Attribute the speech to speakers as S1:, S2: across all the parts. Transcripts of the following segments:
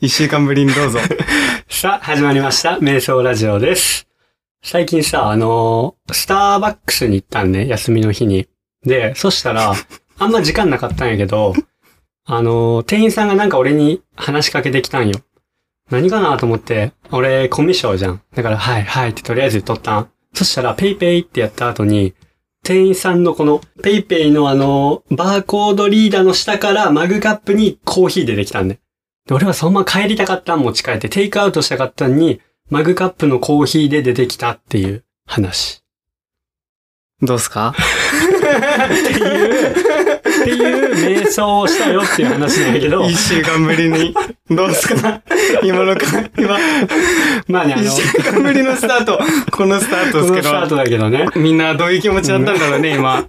S1: 一週間ぶりにどうぞ。
S2: さあ、始まりました。瞑想ラジオです。最近さ、あのースターバックスに行ったんね、休みの日に。で、そしたら、あんま時間なかったんやけど、あのー店員さんがなんか俺に話しかけてきたんよ。何かなと思って、俺、コミュ障じゃん。だから、はい、はいってとりあえず言っとったん。そしたら、ペイペイってやった後に、店員さんのこの、ペイペイのあのーバーコードリーダーの下からマグカップにコーヒー出てきたんね。で、俺はそのまま帰りたかったん持ち帰って、テイクアウトしたかったんに、マグカップのコーヒーで出てきたっていう話。
S1: どうすか
S2: っていう、っていう瞑想をしたよっていう話なんだけど、
S1: 一週間ぶりに。どうすか今のか、今、
S2: まあね、あの、
S1: 一週間ぶりのスタート。このスタートで
S2: こ
S1: す
S2: の
S1: け
S2: スタート
S1: ど。
S2: だけどね。
S1: みんなどういう気持ちだったんだろうね、今。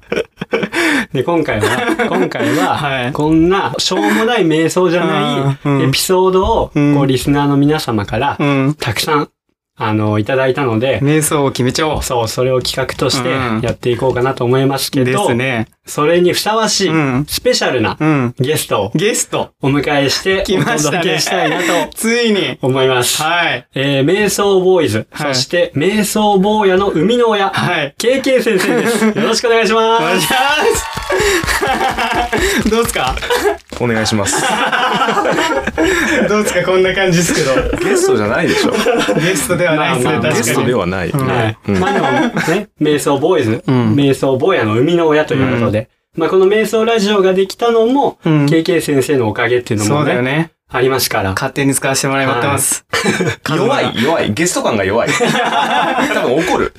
S2: で、今 回は、今回は、
S1: はい
S2: こんな、しょうもない瞑想じゃ
S1: あ
S2: な
S1: ーうん
S2: いエピソードを、
S1: うん
S2: こう、リスナーの皆様から
S1: う、ん。
S2: たくさん、あの、いただいたので、
S1: 瞑想を決めちゃおう。
S2: そう、それを企画として
S1: うん
S2: やっていこうかなと思いますけ
S1: で
S2: ど、
S1: すね。
S2: それにふさわしい、
S1: うん。
S2: スペシャルな
S1: うん。
S2: ゲストを
S1: ゲスト。
S2: お迎えして、
S1: 来ましたね
S2: お届けしたいなと
S1: ついに。
S2: 思います。
S1: はい。
S2: えー、瞑想ボーイズ、
S1: はい
S2: そして、瞑想坊やの生みの親、
S1: はい。
S2: KK 先生 です。よろしくお願いしま
S1: お願い
S2: す。
S1: します。どうすか
S3: お願い します。
S1: どうすかこんな感じですけど。
S3: ゲストじゃないでしょ。
S1: ゲストではないですね、
S2: ま
S1: 確
S2: あま
S1: か
S2: あ
S1: に。
S3: ゲストではない。
S1: ん
S2: はい。
S3: うん
S2: まあでもね、瞑想ボーイズ、
S1: うん
S2: 瞑想坊やの生みの親ということで、まあこの瞑想ラジオができたのも、
S1: うん
S2: KK 先生のおかげっていうの
S1: そ
S2: も
S1: うだよ
S2: ね、
S1: ね。
S2: ありますから。
S1: 勝手に使わせてもらいます。
S3: 弱い、弱い。ゲスト感 が弱い。多分怒る。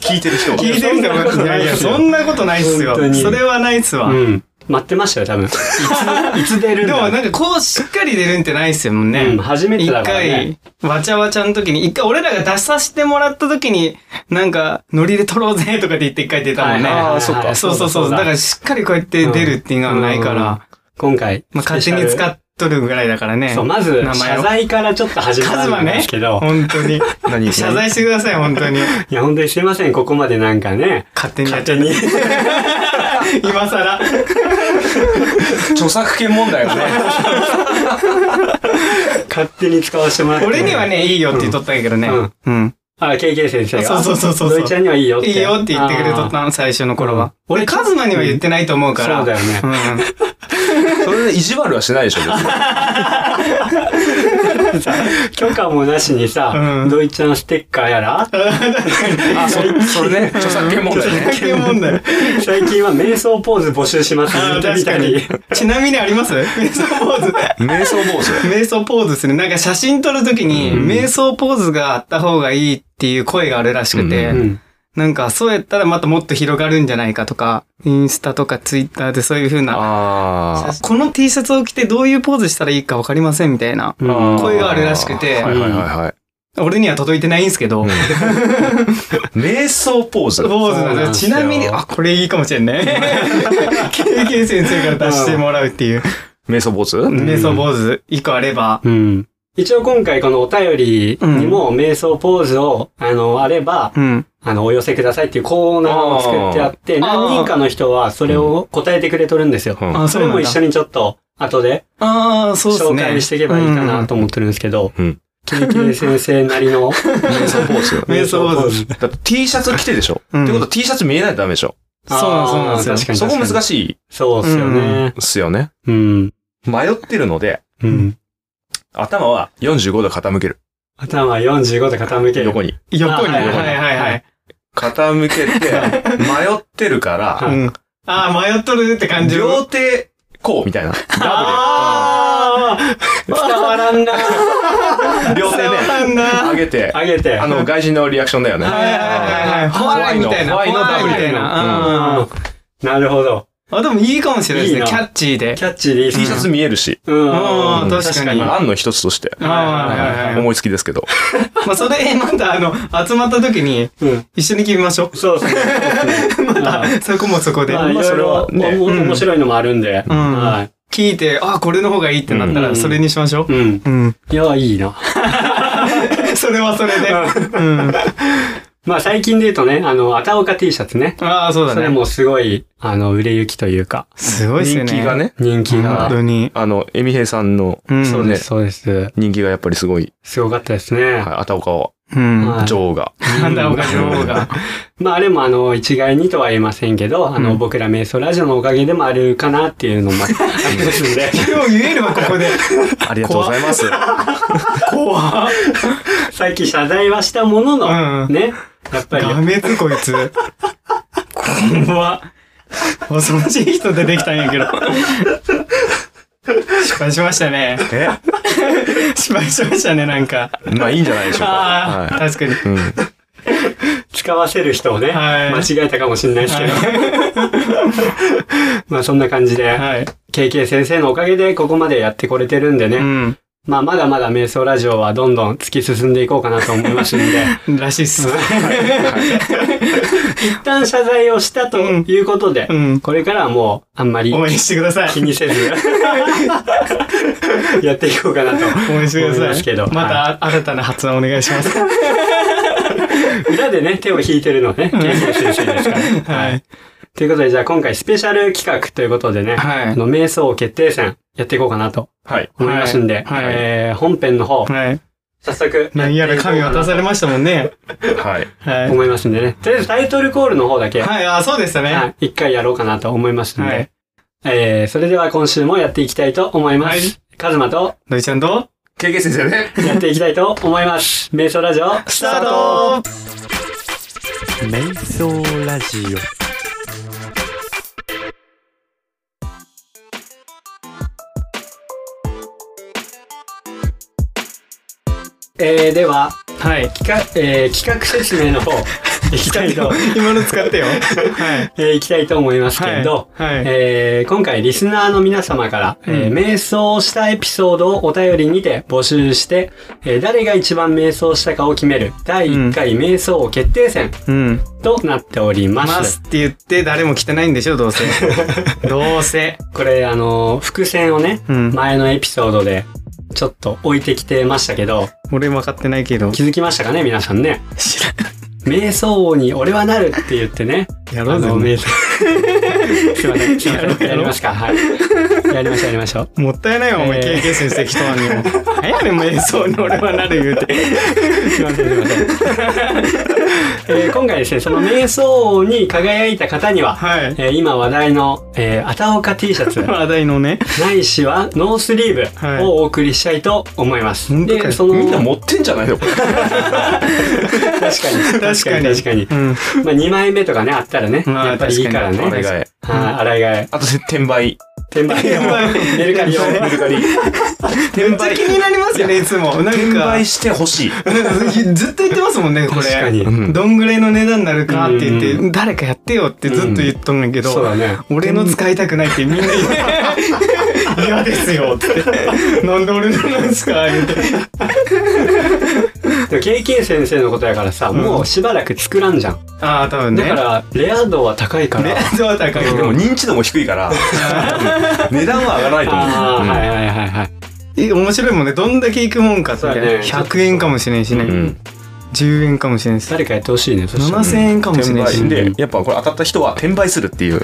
S3: 聞いてる人が。
S1: 聞いてみたことないや、そんなことないっすよ
S2: 本当。に
S1: それはないっすわ。
S2: うん。待ってましたよ、多分。いつ、いつ出るん
S1: でも
S2: だろ
S1: な
S2: うん
S1: かこうしっかり出るんってないっすよもん
S2: うん、
S1: ね。
S2: 初めて
S1: 一
S2: だからね。
S1: 回、わちゃわちゃの時に、一回俺らが出させてもらった時に、なんか、ノリで撮ろうぜとかって言って一回出たもんね。
S2: はいはいはい
S3: あーそっか
S1: そうそうそう。だからしっかりこうやって出るっていうのはないから、
S2: うんうん今回、
S1: まあ勝手に使っとるぐらいだからね。
S2: そう、まず、
S1: 名前
S2: 謝
S1: を
S2: 罪からちょっと始め
S1: カズ
S2: た
S1: マ
S2: んで
S1: ね
S2: すけど、
S1: 本当 に。
S3: 何
S1: 謝罪してください、本当に。
S2: いや、本当にすいません、ここまでなんかね、
S1: 勝手にやっ
S2: 勝
S1: ちゃ
S2: 手
S1: っ
S2: に。
S1: て。 今更。
S3: 著作権問題がね。
S2: 勝手に使わせてもらって。
S1: 俺にはね、いいよって言っとったんやけどね。
S2: うん
S1: うん。
S2: あ、KK 先生
S1: そ
S2: が。
S1: うそうそうそう
S2: 土井ちゃんにはいいよっ
S1: い
S2: て。
S1: いよって言ってくれとったの、最初の頃は。
S2: うん
S1: 俺、カズマには言ってないと思う
S2: あー
S1: から。
S2: そうだよね。
S1: う
S3: それで意地悪はしないでしょ、別に
S2: 許可もなしにさ
S1: う、ん
S2: 土井ちゃんステッカーやら
S3: あ、そ、それね。著作権問題
S1: ん。
S3: ね。
S1: 関係問題。
S2: 最近は瞑想ポーズ募集します
S1: あー
S2: 言って
S1: 確
S2: みた
S1: かに
S2: り。。
S1: ちなみにあります 瞑想ポーズ。
S3: 瞑想坊主。
S1: 瞑想ポーズする。なんか写真撮るときに、
S2: うん
S1: 瞑想ポーズがあった方がいいっていう声があるらしくて、
S3: う
S2: うん。
S1: なんかそうやったらまたもっと広がるんじゃないかとか、インスタとかツイッターでそういう風な、
S3: あー
S1: この T シャツを着てどういうポーズしたらいいかわかりませんみたいな。
S2: うん
S3: あー。
S1: 声があるらしくて
S3: はいはいはいはい。
S1: 俺には届いてないんすけど、
S3: 瞑想ポーズ。
S1: ポーズなん
S2: そうなん
S1: で
S2: ですす
S1: ち
S2: よ
S1: なみに、あ、これいいかもしれない。KK 先生から出してもらうっていう、
S3: 瞑想ポーズ
S1: 瞑想ポーズ一個あれば、
S2: うん。一応今回このお便りにも瞑想ポーズを、あの、あれば、
S1: うん。
S2: あの、お寄せくださいっていうコーナーを作ってあって、
S1: あー
S2: 何人かの人はそれを答えてくれとるんですよ。
S3: うん
S1: あ
S2: それも一緒
S1: に。
S2: にちょっと、後で
S1: ああ、そうです
S2: 紹
S1: ね。
S2: 介していけばいいかなと
S1: うん。
S2: 思ってるんですけど、
S3: うん
S2: キリキリ先生なりの
S3: 瞑想ポーズ。
S1: 瞑想ポーズ。
S3: だって T シャツ着てでしょ。
S1: うん
S3: ってことは T シャツ見えないとダメでしょ。
S1: そうなんそうなんですよ
S2: あー確かに
S3: そこ
S2: 確かに
S3: 難しい
S2: そうっすよね。
S3: っすよね。
S2: うん。
S3: 迷ってるので、
S2: うん。
S3: 頭は45度傾ける。
S2: 頭は45度傾ける。
S3: 横に。
S1: 横に。
S2: あ
S1: は
S2: はいいはい
S1: はいはい。
S3: 傾け て、迷ってるから、
S2: はい
S1: うんああ、迷っとるって感じる。
S3: 両手、こうみたいな。ダ
S2: あー伝わらんな
S3: ブルで。両手
S1: 伝わらんな
S3: ね、上げて、
S2: 上げて。
S3: あの、外人のリアクションだよね。
S1: はいはいはいはい。ホワイみたいな。ホ
S3: 怖いの
S1: ワイみ
S3: 怖
S1: た
S3: い
S1: い
S3: の
S1: な。うん
S2: うん。なるほど。
S1: あ、でもいいかもしれないです
S2: い
S1: ね。
S2: いな
S1: キャッチーで。
S2: キャッチーでいいっす
S3: T シャツ見えるし、
S2: うん。
S1: うん確かにうん
S3: 案の一つとして。
S1: ああはいはいはい
S3: 思いつきですけど。
S1: まあ、それ、またあの、集まった時に
S2: うん。
S1: 一緒に決めましょ
S2: そう です
S1: う。
S2: ね。
S1: また、 そこもそこで。
S2: まあ、いろいろ、
S3: まあそれはね
S2: おも面白いのもあるんで。
S1: うん
S2: はい。
S1: 聞いて、あ、これの方がいいってなった
S2: う
S1: ら、
S2: ん
S1: それにしましょう。
S2: うん。
S1: うん。
S2: いや、いいな。
S1: それはそれで。うん。
S2: まあ最近で言うとね、あの、あたおか T シャツね。
S1: ああ、そうだ
S2: それ
S1: ね。
S2: もすごい、あの、売れ行きというか、
S1: すごいっすよ
S3: 人
S1: ね。
S3: 気が。ね、
S2: 人気
S1: 本
S2: が。
S1: 当に。
S3: あの、エミヘイさんの、
S1: うん
S3: そ
S2: そうう
S3: ね
S2: です、、そうです。
S3: 人気がやっぱりすごい、
S2: すごかったですね。
S3: はい、あたおかは、
S1: うん。
S2: はい
S3: 女 王が。
S1: なんだ、おかしの方が。
S2: まあ、あれもあの、一概にとは言えませんけど、あの、
S1: うん
S2: 僕ら瞑想ラジオのおかげでもあるかなっていうのもありますん で、
S1: 今日言えるわ、ここで。
S3: ありがとうございます。
S1: 怖っ。
S2: さっき謝罪はしたものの、
S1: うん。
S2: ね、やっぱり、
S1: ガメツ、こいつ。怖っ。恐ろしい人出てきたんやけど。失敗しましたね。
S3: え
S1: 失敗しましたね、なんか。
S3: まあいいんじゃないでしょうか。
S1: ああ、
S3: は
S1: 確かに。
S3: い。うん。
S2: 使わせる人をね、
S1: はい
S2: 間違えたかもしれないですけど、まあ、そんな感じで、
S1: はい。
S2: KK 先生のおかげでここまでやってこれてるんでね、
S1: うん。
S2: まあ、まだまだ瞑想ラジオはどんどん突き進んでいこうかなと思いますん で、
S1: らしいっす。
S2: 一旦謝罪をしたということで、
S1: うん。
S2: これからはもう、あんまり
S1: 応援してください。
S2: 気に せず、 やっていこうかなと。
S1: 応援してく
S2: 思い
S1: ださ
S2: ます
S1: い。
S2: けど
S1: また新たな発案お願いし ます。
S2: 裏でね、手を引いてるのね、ケン先生ですか ら。
S1: はい。
S2: ということで、じゃあ今回スペシャル企画ということでね、
S1: はい
S2: あの、瞑想決定戦やっていこうかなと
S3: はい。
S2: 思いますんで、
S1: はいはい
S2: えー、本編の方、
S1: はい。
S2: 早速っていこうかなと。
S1: 何やら神渡されましたもんね。
S3: はい。
S1: はい。
S2: 思いますんでね。とりあえずタイトルコールの方だけ、は
S1: はい、あ、そうでした
S2: い
S1: ね。
S2: 一回やろうかなと思いますんで、
S1: はい
S2: えー、それでは今週もやっていきたいと思います。
S1: はい
S2: カズマと
S1: のりちゃんと、
S3: KK 先生ね。
S2: やっていきたいと思 います。瞑想ラジオ、
S1: スタート
S2: 瞑想ラジオ。えー、では、
S1: はい。
S2: 企画、えー、企画説明の 方、いきたいと、
S1: 今の使ってよ。はい。
S2: えー、いきたいと思いますけれど、
S1: はい。はい
S2: えー、今回リスナーの皆様から、えー
S1: うん
S2: 瞑想したエピソードをお便りにて募集して、えー誰が一番瞑想したかを決める第1回瞑想決定戦
S1: うん。
S2: となっております。
S1: ますって言って誰も来てないんでしょ、ど うせ。どうせ。
S2: これ、あのー伏線をね、
S1: うん。
S2: 前のエピソードでちょっと置いてきてましたけど、
S1: 俺分かってないけど。
S2: 気づきましたかね、皆さんね。
S1: 知ら
S2: 瞑想王に俺はなるって言ってね、
S1: んや
S2: あ
S1: ろう
S2: の、
S1: ぜ。
S2: 瞑想。 すいません、すいませ
S1: やろうやろ
S2: ん
S1: う
S2: やりますか、はい。やりましょう、やりましょう。
S1: もったいないわ、お前、
S2: えー
S1: KK 先生来たのにも。何やねん、瞑想に俺はなる言うて。
S2: すいませんすいません。えー今回ですね、その瞑想王に輝いた方には、
S1: はい。
S2: えー今話題の、えー、アタオカ T シャツ、
S1: 話題のね。
S2: ないしはノースリー
S1: はい
S2: ブをお送りしたいと思います。
S1: 本当かよ
S2: で、その、
S3: みんな持ってんじゃないのこれ。
S2: 確かに、確
S1: 確
S2: か
S1: か
S2: に、
S1: に。
S2: 確かに。
S1: うん。
S2: まあ、2枚目とかね、あったらね、
S1: まあ
S2: やっぱりいいからね。
S3: お願い。
S2: はい、
S1: に
S2: 洗い替え。
S3: あと、転売。
S2: 転 売用、メルカリ用。
S1: メ
S2: ルカリ。
S1: めっちゃ気になりますよね、いつも。なんか。
S3: 転売してほしい。
S1: ずっと言ってますもんね、これ。
S2: 確かに。
S3: うん
S1: どんぐらいの値段になるかって言って、
S2: う
S1: 誰かやってよってずっと言っとんねんけど、
S2: そうだね。
S1: 俺の使いたくないってみんな言って、 嫌ですよって。なんで俺のなんですか言って。
S2: でも KK 先生のことやからさ、
S1: ん
S2: もうしばらく作らんじゃん。
S1: ああ、多分ね。
S2: だから、レア度は高いから。
S1: ね、そうだから。
S3: でも認知度も低いから、値段は上がらないと
S2: ああ、はい
S3: 思
S2: はいはいはい。
S1: え面白いもんね、どんだけいくもんかって。
S2: そうだね
S1: 100円かもしれんし
S3: う。う
S1: ね。
S3: ん。
S1: 10円かもしれんし。
S2: 誰かやってほしいね、そしたら。
S1: 7000円かもし
S3: 転
S1: れんし
S3: 売。
S2: う
S3: で
S2: ん、
S3: やっぱこれ当たった人は転売するっていう。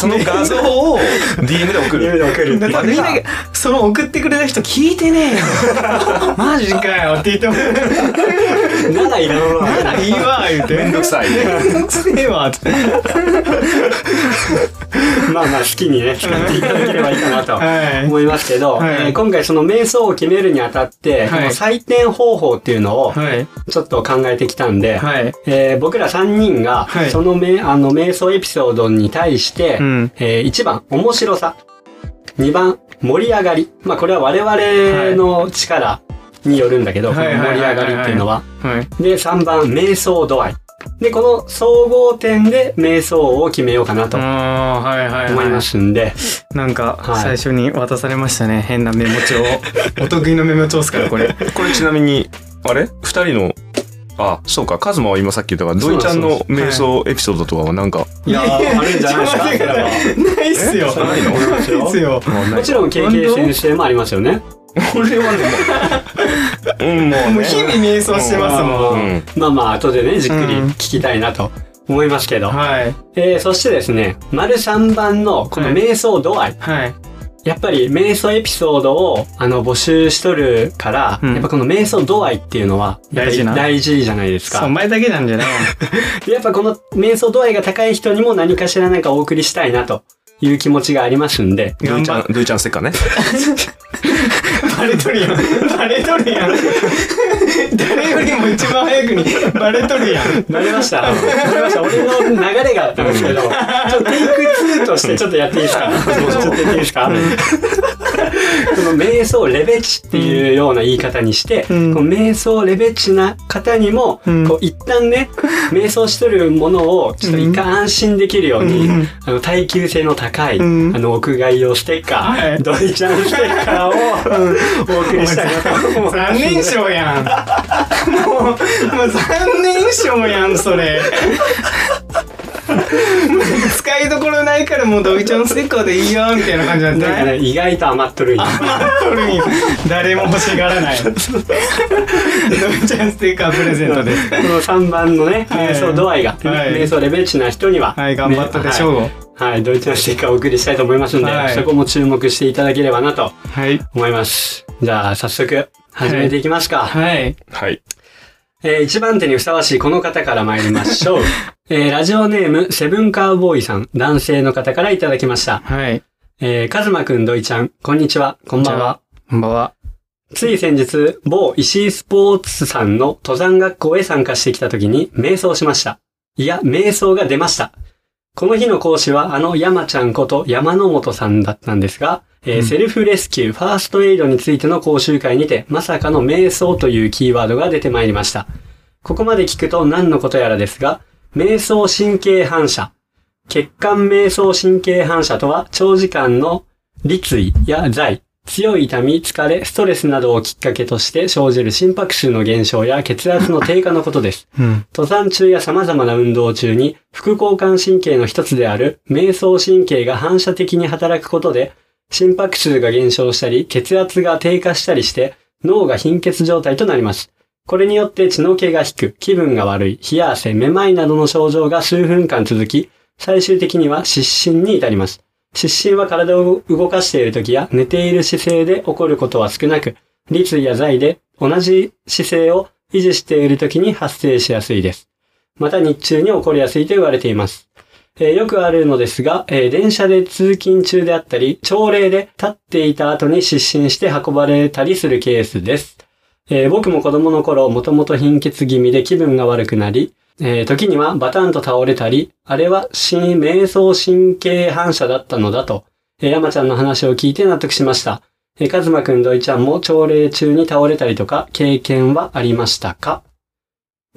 S3: その画像を DM で送
S2: 夢
S3: る。
S2: で送る
S1: だってみんなが、その送ってくれた人聞いてねえよ。 マジかよって言っても、
S2: ならいらんわ。
S1: ならいいわ、言うて。
S3: めんどくさい。
S1: めんどくせえわって。
S2: まあまあ好きにね、使っていただければいいかなと。
S1: は
S2: 思いますけど、
S1: はい
S2: えー今回その瞑想を決めるにあたっ
S1: は
S2: て、
S1: い
S2: この採点方法っていうのを
S1: い。はい。
S2: ちょっと考えてきたんで、
S1: はい。
S2: えー僕ら3人が
S1: はい
S2: そのめ、あの瞑想エピソードに対して、
S1: うん。
S2: え1番面白さ2番盛り上がりまあこれは我々の力によるんだけど、
S1: はい
S2: この盛り上がりっていうのは
S1: はい。
S2: で3番瞑想度合いでこの総合点で瞑想を決めようかなと
S1: ああー、はいはい、はい。
S2: 思いますんで、
S1: なんか、
S2: はい
S1: 最初に渡されましたね。変なメモ帳 を。お得意のメモ帳っすから、これ。
S3: これちなみに、あれ二人の、あ、そうか、カズマは今さっき言ったから、
S2: そう
S3: 土
S2: なんで
S3: 井ちゃ
S2: す
S3: んの瞑想エピソードとかはなんか、
S2: いやーあるんじゃないで
S1: ちょ
S2: すか
S1: っと待ってくださいないっすよ。
S3: えそんなの
S1: ないっすよ。
S3: もうな
S2: も
S3: い
S2: ちろん経験先生もありますよね
S3: 俺はね、もう、うん、もう
S1: もう
S3: ね。
S1: 日々瞑想してますも。
S2: うん
S3: うん。
S2: まあまあ、後でね、じっくり
S1: うん
S2: 聞きたいなと思いますけど。
S1: はい。
S2: えー、そしてですね、丸3番のこの
S1: はい
S2: 瞑想度合い。
S1: はい。
S2: やっぱり瞑想エピソードをあの募集しとるから、
S1: うん
S2: やっぱこの瞑想度合いっていうのは、やっぱ
S1: 大
S2: り
S1: 事な
S2: 大事じゃないです
S1: そう、お
S2: か。
S1: 前だけなんじゃない
S2: やっぱこの瞑想度合いが高い人にも何かしらなんかお送りしたいなという気持ちがありますんで、
S3: ドゥイちゃん、ドゥイちゃんステッカーね。
S1: バレとるやん。バレとるやん。誰よりも一番早くにバレとるやん。
S2: なれ ました。なれました。俺の流れがあったんですけど、ちょっとテイク2としてちょっとやっていいですかちょっとやっていいですか、この瞑想レベチっていうような言い方にして、
S1: うん
S2: この瞑想レベチな方にも、
S1: うん
S2: こう一旦ね、瞑想しとるものをちょっと一回安心できるように、
S1: うん
S2: あの耐久性の高い、
S1: うん
S2: あの屋外用ステッカー、
S1: はい
S2: ドイちゃんステッカーをお送りしたいなと思います
S1: 残念賞やん。もう、もう残念賞やん、それ。使いどころないからもうドギちゃんステッカーでいいよみたいな感じなん
S2: なんか
S1: だ
S2: ね、
S1: ね。
S2: 意外と余っとるんよ
S1: 取るんよ誰も欲しがらない。ドギちゃんステッカープレゼントです。
S2: この3番のね、
S1: はい
S2: 瞑想度合いが、
S1: はい
S2: 瞑想レベルチな人には、
S1: はい、頑張ったでし
S2: ね
S1: ょう。
S2: はい、はいドイツのステッカーをお送りしたいと思いますんで、
S1: はい
S2: そこも注目していただければなと
S1: はい。
S2: 思います。じゃあ、早速、始めていきますか。
S1: はい。
S3: はい。
S2: えー、1番手にふさわしいこの方から参りまし ょう。えー、ラジオネーム、セブンカーボーイさん、男性の方からいただきました。
S1: はい。
S2: えー、カズマくん、ドイちゃん、こんにちは、こんばんは。
S1: こんばんは。
S2: つい先日、某石井スポーツさんの登山学校へ参加してきた時に瞑想しました。いや、瞑想が出ました。この日の講師はあの山ちゃんこと山野本さんだったんですが、えー
S1: うん
S2: セルフレスキュー、ファーストエイドについての講習会にて、まさかの瞑想というキーワードが出てまいりました。ここまで聞くと何のことやらですが、瞑想神経反射。血管瞑想神経反射とは、長時間の立位や在、強い痛み、疲れ、ストレスなどをきっかけとして生じる心拍数の減少や血圧の低下のことです。
S1: うん。
S2: 登山中や様々な運動中に、副交感神経の一つである瞑想神経が反射的に働くことで、心拍数が減少したり、血圧が低下したりして、脳が貧血状態となります。これによって血の気が引く、気分が悪い、冷や汗、めまいなどの症状が数分間続き、最終的には失神に至ります。失神は体を動かしている時や寝ている姿勢で起こることは少なく、立位や在で同じ姿勢を維持している時に発生しやすいです。また日中に起こりやすいと言われています。えーよくあるのですが、えー電車で通勤中であったり、朝礼で立っていた後に失神して運ばれたりするケースです。えー僕も子供の頃、もともと貧血気味で気分が悪くなり、えー時にはバタンと倒れたり、あれは神、瞑想神経反射だったのだと、えー山ちゃんの話を聞いて納得しました。えー、かずまくん、どいちゃんも朝礼中に倒れたりとか、経験はありましたか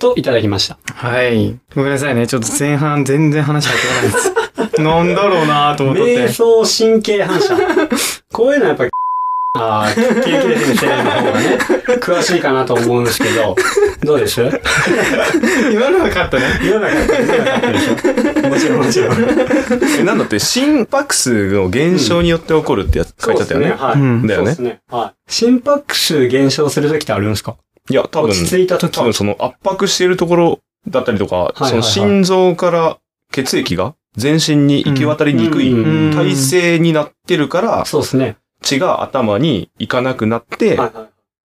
S2: といただきました。
S1: はい。ごめんなさいね。ちょっと前半全然話入ってこないです。なんだろうなと思っとって
S2: 瞑。想神経反射。こういうのはやっぱり、ああ、経験先生の方がね、詳しいかなと思うんですけど、どうです
S1: 今のは勝ったね。
S2: 嫌な感じ、嫌な感じでしょ。もちろん、もちろん。
S3: え、なんだって、心拍数の減少によって起こるってやつ書いてあったよね。
S2: は
S1: う
S2: い。
S1: ん。
S3: だ
S2: そ
S3: よ
S2: うで
S3: ね
S2: す。ね。はい。心拍数減少するときってあるんですか
S3: いや、多分、
S2: 落ち着いたとき。
S3: 多分その圧迫しているところだったりとか、
S2: いはいはい
S3: その心臓から血液が全身に行き渡りに
S2: う
S3: く
S2: ん
S3: い
S2: うん
S1: うん
S3: 体勢になってるから、
S2: そうですね。
S3: 血が頭に行かなくなっ
S2: は
S3: て、
S2: いはい。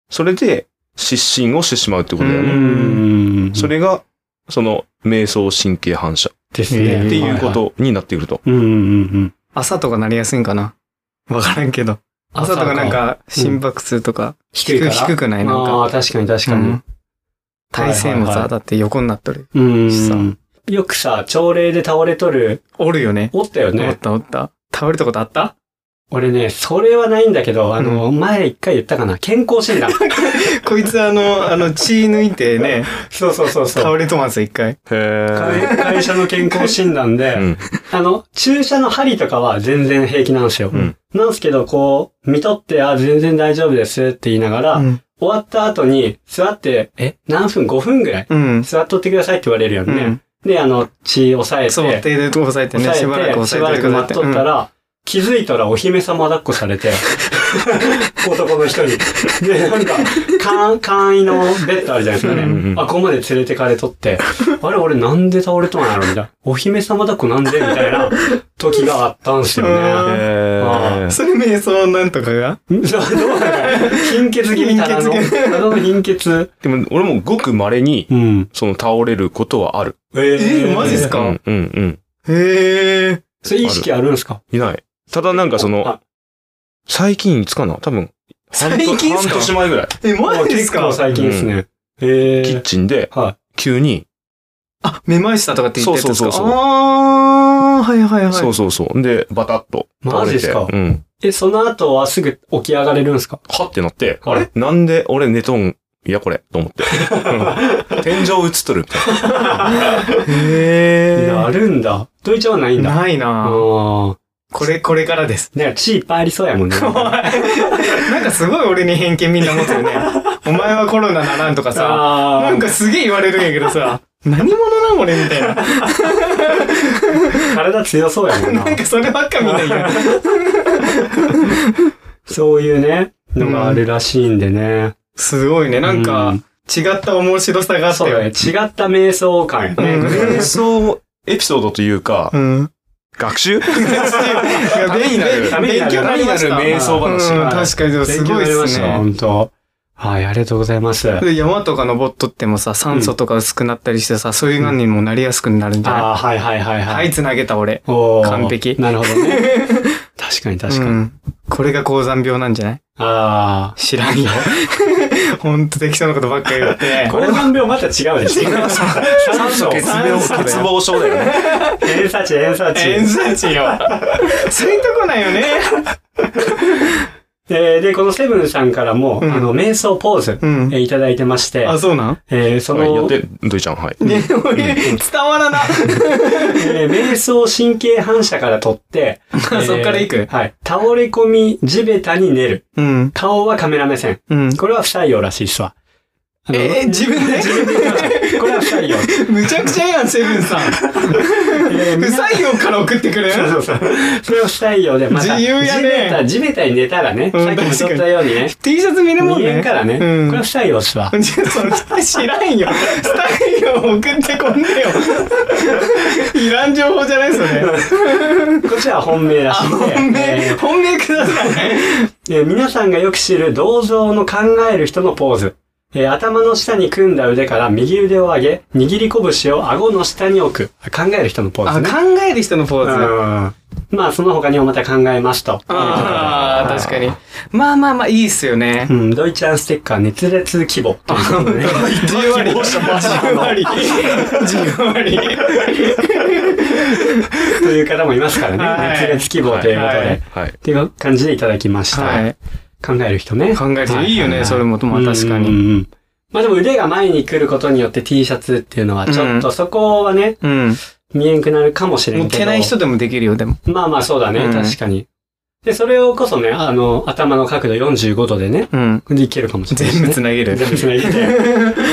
S3: それで失神をしてしまうってことだよ
S1: う
S3: ね。
S2: ん
S3: それが、その、瞑想神経反射
S2: です
S1: う
S2: ね。
S1: ん
S3: っていうことになってくると。
S2: はいはい。うんうんうん。
S1: 朝とかなりやすいんかなわからんけど。朝とかなん、か心拍数とか
S2: 低いから
S1: 低くないなん
S2: あ
S1: か。
S2: あ、確かに確
S1: う
S2: かに。
S1: ん体勢も
S2: はいはいは
S1: さ、
S2: い
S1: だって横になっとる。
S2: うん。よくさ、朝礼で倒れとる、
S1: おるよね。
S2: おったよ
S1: お
S2: ね
S1: っ。たおった。倒れたことあった
S2: 俺ね、それはないんだけど、あの、前一回言ったかな、健康診断。
S1: こいつあの、あの、血抜いてね、
S2: そうそうそうそう。
S1: 倒れとます一回。
S3: へー。
S2: 会会社の健康診断で、
S3: うん。
S2: あの、注射の針とかは全然平気なんですよ。
S3: うん
S2: なんですけど、こう、見とって、あ、全然大丈夫ですって言いながら、
S1: うん。
S2: 終わった後に、座って、え、何分 ?5 分ぐらい
S1: うん。
S2: 座っとってくださいって言われるよね。で、あの、血抑えて、
S1: そう、手で押さえてね、
S2: 抑えて
S1: しばらく押さえて
S2: しばらく待っとった
S1: ら。
S2: ら、気づいたらお姫様抱っこされて、男の人に。で、なんか、簡簡易のベッドあるじゃないですか
S3: うんうんう
S2: ね。
S3: ん
S2: あ、ここまで連れてかれとって、 あれ、俺なんで倒れとんやろみたいな。お姫様だっこなんでみたいな時があったんすよ ね。
S3: え
S1: それ瞑想なんとかが
S2: んそう どうなんか貧血気味みたいなの。
S1: 貧血
S2: あの貧血。
S3: でも、俺もごく稀に、
S2: うん。
S3: その倒れることはある。
S2: え
S1: えマジっすか
S3: うんうんうん。
S1: へえ。
S2: それ意識あるんですか
S3: いない。ただなんかその、
S2: あ
S3: 最近いつかな多分、半年
S1: 最近っすか
S3: 半年前ぐらい。
S1: え、マジです
S2: 結
S1: か
S2: 構最近ですね。え
S3: キッ
S2: ー。
S3: チンで、
S2: は
S3: 急に、
S1: あ、めまいしたとかって言ってたやつですか
S3: そうそうそうそう
S1: あー、はいはいはい。
S3: そうそうそう。で、バタッと倒
S2: マ
S3: れて。
S2: ジっすか
S3: うん。
S2: い。え、その後はすぐ起き上がれるんですか
S3: はってなって、
S2: あれ
S3: なんで俺寝とん、いやこれ、と思って。うん天井映っとるみたいな。
S1: へ
S2: あ
S1: ー。
S2: るんだ。ドイちゃんはないんだ。
S1: ない
S2: あ
S1: なぁ
S2: ー。
S1: これ、これから です。
S2: ね、血いっぱいありそうやもんね。
S1: なんかすごい俺に偏見みんな持ってる ね。お前はコロナならんとかさ。
S2: あ
S1: なんかすげえ言われるんやけどさ。何者なん俺みたいな。
S2: 体強そうやもん な
S1: な。んかそればっかみんな言う。
S2: そういうね、のがあるらしいんでね。
S1: すごいね。なん
S2: う
S1: か、違った面白さがあった
S2: そう
S1: よ
S2: だね。違
S1: ね。
S2: った瞑想感や
S1: うん
S2: ね。
S3: 瞑想エピソードというか、
S1: うん。
S3: 学習
S1: いや勉
S2: ために
S1: 勉
S2: なる
S1: 強になりました。
S3: ためになる瞑想話
S1: うん、確かにでもす
S2: 勉強
S1: ご
S2: に
S1: い
S2: なり
S1: で
S2: まし
S1: す
S2: た、
S1: ね。
S2: 本当はい、ありがとうございます。あ
S1: で山とか登っとってもさ、酸素とか薄くなったりしてさ、そういうがんにもなりやすくなるんじゃない、
S2: あー、はいはいはいは
S1: はい、
S2: い。
S1: 繋げた俺。
S2: おー
S1: 完璧
S2: なるほど ね。確かに確か
S1: う
S2: に。
S1: ん。これが高山病なんじゃない
S2: ああ。
S1: 知らん よ。ほんと適当なことばっかり言って。
S2: 高山病また違うでしょ。 酸素
S3: 欠乏
S1: 酸素
S3: 欠乏症だよね。
S2: 偏差値、偏差値。
S1: 偏差値よ。そういうとこなんよね。
S2: えーで、このセブンさんからも、
S1: うん
S2: あの、瞑想ポーズ、
S1: うん
S2: え。ーいただいてまして、
S1: あ、そうなん
S2: えーそ
S3: はい、や
S2: の、
S3: っ
S2: え
S3: て、ドイちゃん、はい。
S1: ね、俺、伝わらな。
S2: ー瞑想神経反射から取って、えー
S1: そっから行く
S2: はい。倒れ込み、地べたに寝る。
S1: うん。
S2: 顔はカメラ目線。
S1: うん。
S2: これは不採用らしいっ すわ。あの
S1: えー、自分で
S2: 自分で言いましたこれは不採用。
S1: むちゃくちゃやん、セブン さん。
S2: えー
S1: 不
S2: みんな
S1: 採用から送ってく る
S2: そうそうそう。それは不採用で、また、
S1: 自由やね
S2: 地べた、地べたに寝たらね、
S1: うん
S2: さっきも言ったようにね、
S1: T シャツ見るもん
S2: 見え
S1: ね。
S2: んからね、
S1: うん
S2: これは不採用っすわ。
S1: ちょっとその知らんよ。スタイルを送ってこんでよ。いらん情報じゃないそれ。
S2: こっちは本命らしいんで。
S1: 本
S2: え
S1: 命、
S2: ー
S1: 本命ください。
S2: えー皆さんがよく知る銅像の考える人のポーズ。えー頭の下に組んだ腕から右腕を上げ、握り拳を顎の下に置く。考える人のポー ズ
S1: あ、
S2: ね。
S1: 考える人のポーズ。
S2: うんまあ、その他にもまた考えますと。
S1: ああ、確かに。まあまあまあ、いいっすよね
S2: う。ん、ドイちゃんステッカー熱烈規模ということでね。
S1: 十割。10割。10割。
S2: という方もいますからね。
S1: はい
S2: 熱烈希望ということで。
S1: はい
S3: はい。
S2: っていう感じでいただきました。
S1: はい。
S2: 考える人ね。
S1: 考えていいよ
S2: はは
S1: ね、それも。まあ確か
S2: うんう
S1: に。
S2: んうんまあでも腕が前に来ることによって T シャツっていうのはちょっとそこはね、
S1: うん。
S2: 見えんくなるかもしれ
S1: も
S2: ん
S1: う
S2: けど。
S1: けない人でもできるよ、でも。
S2: まあまあそうだね、
S1: うん
S2: 確かに。で、それをこそね、あの、頭の角度45度でね、
S1: うん。
S2: でいけるかもしれない、ね。
S1: 全部つなげる。
S2: 全部つなげて、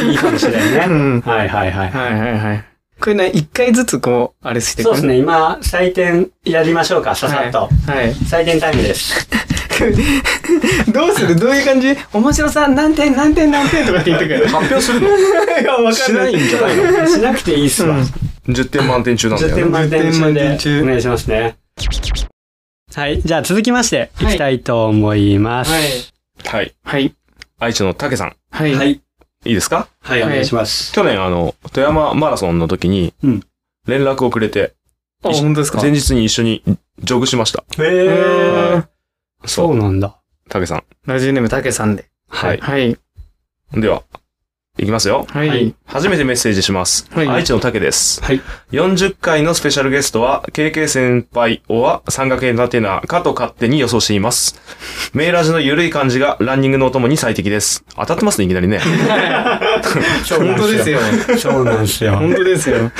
S2: いいかもしれないう ね。
S1: ん。
S2: はいはいはい。
S1: はいはいはい。これね、一回ずつこう、あれしてく
S2: そうですね、今、採点やりましょうか、ささっと。
S1: はい。
S2: 採点タイムです。
S1: どうするどういう感じ面白さ、何点、何点、何点とかって言ってくる。
S3: 発表するの
S1: いや、わ
S3: しないんじゃないの
S2: しなくていいっすわ。
S3: 10点満点中なんだ
S2: 10
S3: よ
S2: 点
S3: ね。
S2: 満点中
S1: 10点
S2: で
S1: 満点中
S2: お願いしますね。はい。じゃあ続きまして、いきたいと思います。
S1: はい。
S3: はい。
S1: はい。
S3: 愛知の竹さん。
S1: はい。
S2: はい。はい。
S3: いいですか
S2: はい、お願いします。
S3: 去年、あの、富山マラソンの時に
S2: うん、
S3: 連絡をくれて、
S1: あ、本当ですか
S3: 前日に一緒にジョグしました。
S1: え
S2: へー
S1: ー、
S2: そうなんだ。
S3: 竹さん。
S1: ラジオネームたけさんで。
S3: はい。
S1: はい。
S3: では、いきますよ。
S1: は
S2: はいい。
S3: 初めてメッセージします。
S1: はい
S3: 愛知の竹です。
S2: はい
S3: 40回のスペシャルゲストは、KK 先輩おは三角エンターテイナーかと勝手に予想しています。メーラージの緩い感じがランニングのお供に最適です。当たってますね、いきなりね。
S1: 本
S2: そうなん
S1: 当です。よ。
S2: そうなんですよ。
S1: 本当ですよ。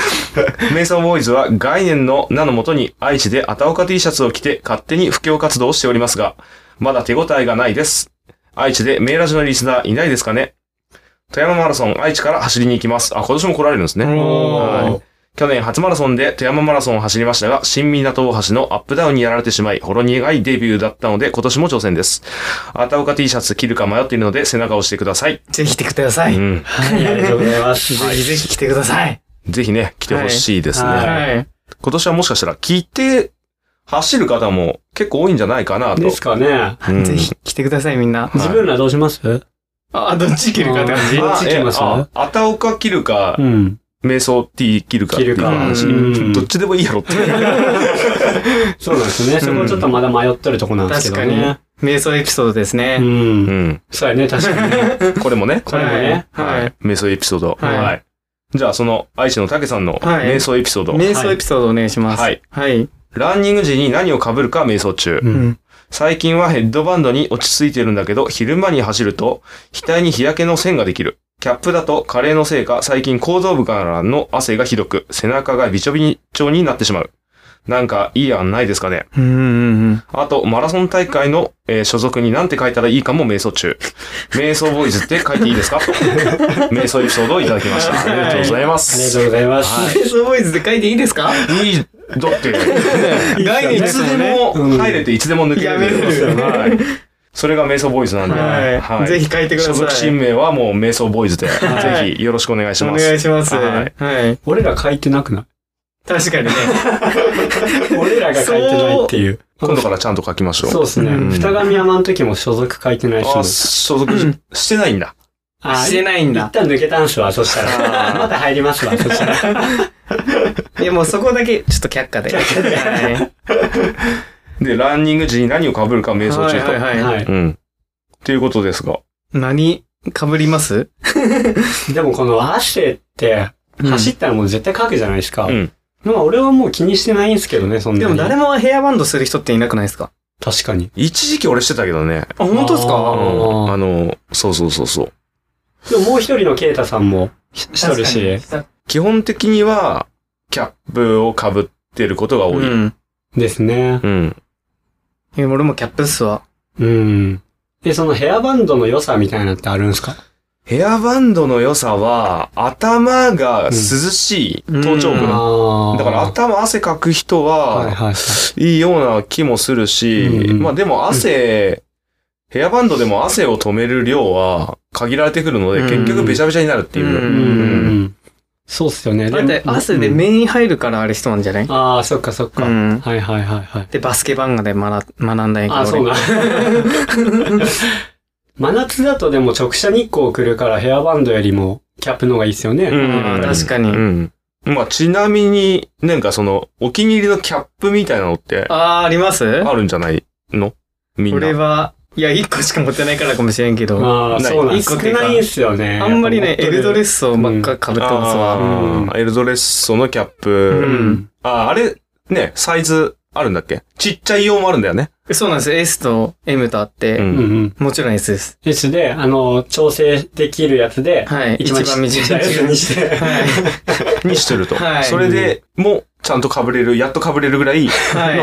S3: メイソンボーイズは概念の名のもとに愛知でアタオカ T シャツを着て勝手に布教活動をしておりますが、まだ手応えがないです。愛知でメイラジのリスナーいないですかね富山マラソン愛知から走りに行きます。あ、今年も来られるんですね。
S1: おー
S3: はい去年初マラソンで富山マラソンを走りましたが、新港大橋のアップダウンにやられてしまい、ほろ苦いデビューだったので、今年も挑戦です。あたおか T シャツ着るか迷っているので、背中を押してください。
S1: ぜひ来てください。
S3: うん。
S2: はい、ありがとうございます。
S1: ぜひぜひ来てください。
S3: ぜひね、来てほしいですね。
S2: はい
S1: はい。
S3: 今年はもしかしたら、聞いて、走る方も結構多いんじゃないかなと。
S2: ですかね。
S3: うん
S1: ぜひ来てください、みんな。
S3: い
S2: 自分らどうします
S1: あ、どっち切るかって感じ。
S2: あ
S3: あ
S2: どっち来ます
S3: えあ、あたおか切るか
S2: う、ん。
S3: 瞑想 T 切るかっていう話。
S1: 切るか
S2: うん
S3: どっちでもいいや ろって。
S2: そうなんですね。そこちょっとまだ迷っとるとこなんです
S1: 確
S2: けど
S1: かに
S2: ね。。
S1: 瞑想エピソードです
S2: う
S1: ね。
S2: ん。
S3: ん。
S2: そうやね、確か にね。
S3: これもね。
S2: これもね。
S1: はい。はい。
S3: 瞑想エピソード。
S1: はい
S3: はい。じゃあ、その、愛知のたけさんの
S1: はい
S3: 瞑想エピソード。
S1: 瞑想エピソードお願いします。
S3: はい。
S1: はい。
S3: ランニング時に何を被るか瞑想中。
S2: う
S1: うんん。
S3: 最近はヘッドバンドに落ち着いてるんだけど、昼間に走ると、額に日焼けの線ができる。キャップだと、加齢のせいか、最近後頭部からの汗がひどく、背中がびちょびちょになってしまう。なんか、いい案ないですかね。
S1: うんうん
S3: あと、マラソン大会の、えー所属に何て書いたらいいかも瞑想中。瞑想ボーイズって書いていいですか 瞑想エピソードをいただきました。ありがとうござ
S2: あり
S3: いま
S2: が
S3: す。
S2: とうございま
S1: うん。
S2: す。
S1: 瞑想ボーイズで書いていいですか
S3: いい、だって、
S1: いですよ
S3: ね、
S1: ね
S3: いつでも入れて、いつでも抜けられ
S1: やめ
S3: る。
S1: れるよね
S3: はいそれが瞑想ボーイズなんで、
S1: はい。ぜひ書いてくださ
S3: 所
S1: い。
S3: 属チーム名はもう瞑想ボーイズで、
S1: はい
S3: ぜひよろしくお願いし
S1: お
S3: ます。
S1: 願いします。
S3: は
S1: はいい。
S2: 俺ら書いてなくない
S1: 確かにね。
S2: 俺らが書いてないっていう。
S3: 今度からちゃんと書きましょう。
S2: そうですね。
S3: うん
S2: 二神山の時も所属書いてないし
S3: あ、。所属してないんだ。
S2: あ
S1: してないん
S2: 一
S1: だ。
S2: 旦抜けたんすわ、そした
S3: あー
S2: ら。また入りますわ、そしたら。
S1: いや、もうそこだけ、ちょっと却下で。はい
S3: で、ランニング時に何を被るか瞑想中と。
S1: はいはいは
S2: は
S3: うん。っていうことですが。
S1: い。何、かぶります
S2: い。でもこの汗って、走ったらもう絶対書くじゃないですか。
S3: うん
S2: まあ俺はもう気にしてないんですけどね、そんな
S1: で
S2: に。
S1: も誰もヘアバンドする人っていなくないですか
S2: 確かに。
S3: 一時期俺してたけどね。
S1: あ、本当です
S2: あ
S1: か
S2: ー
S3: あの、そうそうそうそう。
S2: でももう一人のケイタさんもししとるし。
S1: 確か
S3: 基本的には、キャップを被ってることが
S1: に
S3: 多い。うん。
S1: うん。
S2: ですね。
S1: いや俺もキャップっすわ。
S2: うん。で、そのヘアバンドの良さみたいなのってあるんですか
S3: ヘアバンドの良さは、頭が涼しい、
S1: うん
S3: 頭頂部の。
S2: あー
S3: だから頭汗かく人
S2: はい
S3: は、
S2: はいはい。
S3: いいような気もするし、
S2: うんうん
S3: まあでも汗、ヘアバンドでも汗を止める量は限られてくるので、
S1: うん
S3: 結局べちゃべちゃになるっていう。
S1: うん
S2: うん。そうっすよね。
S1: だって汗で
S2: 目。
S1: 目に入るからあれ人なんじゃない
S2: ああ、そっかそっか。
S1: うん。
S2: はいはいはいはい。
S1: で、バスケ漫画で学学んだんやけど。
S2: あ、そ う
S1: 俺
S2: な。 真夏だとでも直射日光来るからヘアバンドよりもキャップの方がいいっすよね。
S1: あー確かに
S3: うんまあちなみになんかその、お気に入りのキャップみたいなのって、
S1: あー、あります
S3: あるんじゃないのみん
S1: 俺
S3: な。
S1: は、いや、一個しか持ってないからかもしれんけど。
S2: ああ、
S3: ない
S2: そうなん
S1: 一
S2: 少
S1: 個っていうか
S2: ないんすよね。
S1: あんまりね、エルドレ
S2: ス。
S1: ッソばっか被ってますわ。
S3: あ
S2: うん
S3: ーエルドレッソのキャッ
S2: う
S3: プ。
S2: ん。
S3: あー、あれ、ね、サイズあるんだっけちっちゃい用もあるんだよね。
S1: そうなんですよ。S と M とあっ
S3: う
S1: て、
S2: うん
S3: ん。
S2: うん。
S1: もちろん S です。
S2: S で、あの、調整できるやつで、
S1: はい。一
S2: 一番
S1: 番
S2: 短い
S1: 短い
S2: やつ にして。
S1: はい。
S3: にしてると。
S1: はい
S3: それでも、ちゃんと被れる、やっと被れるぐらいの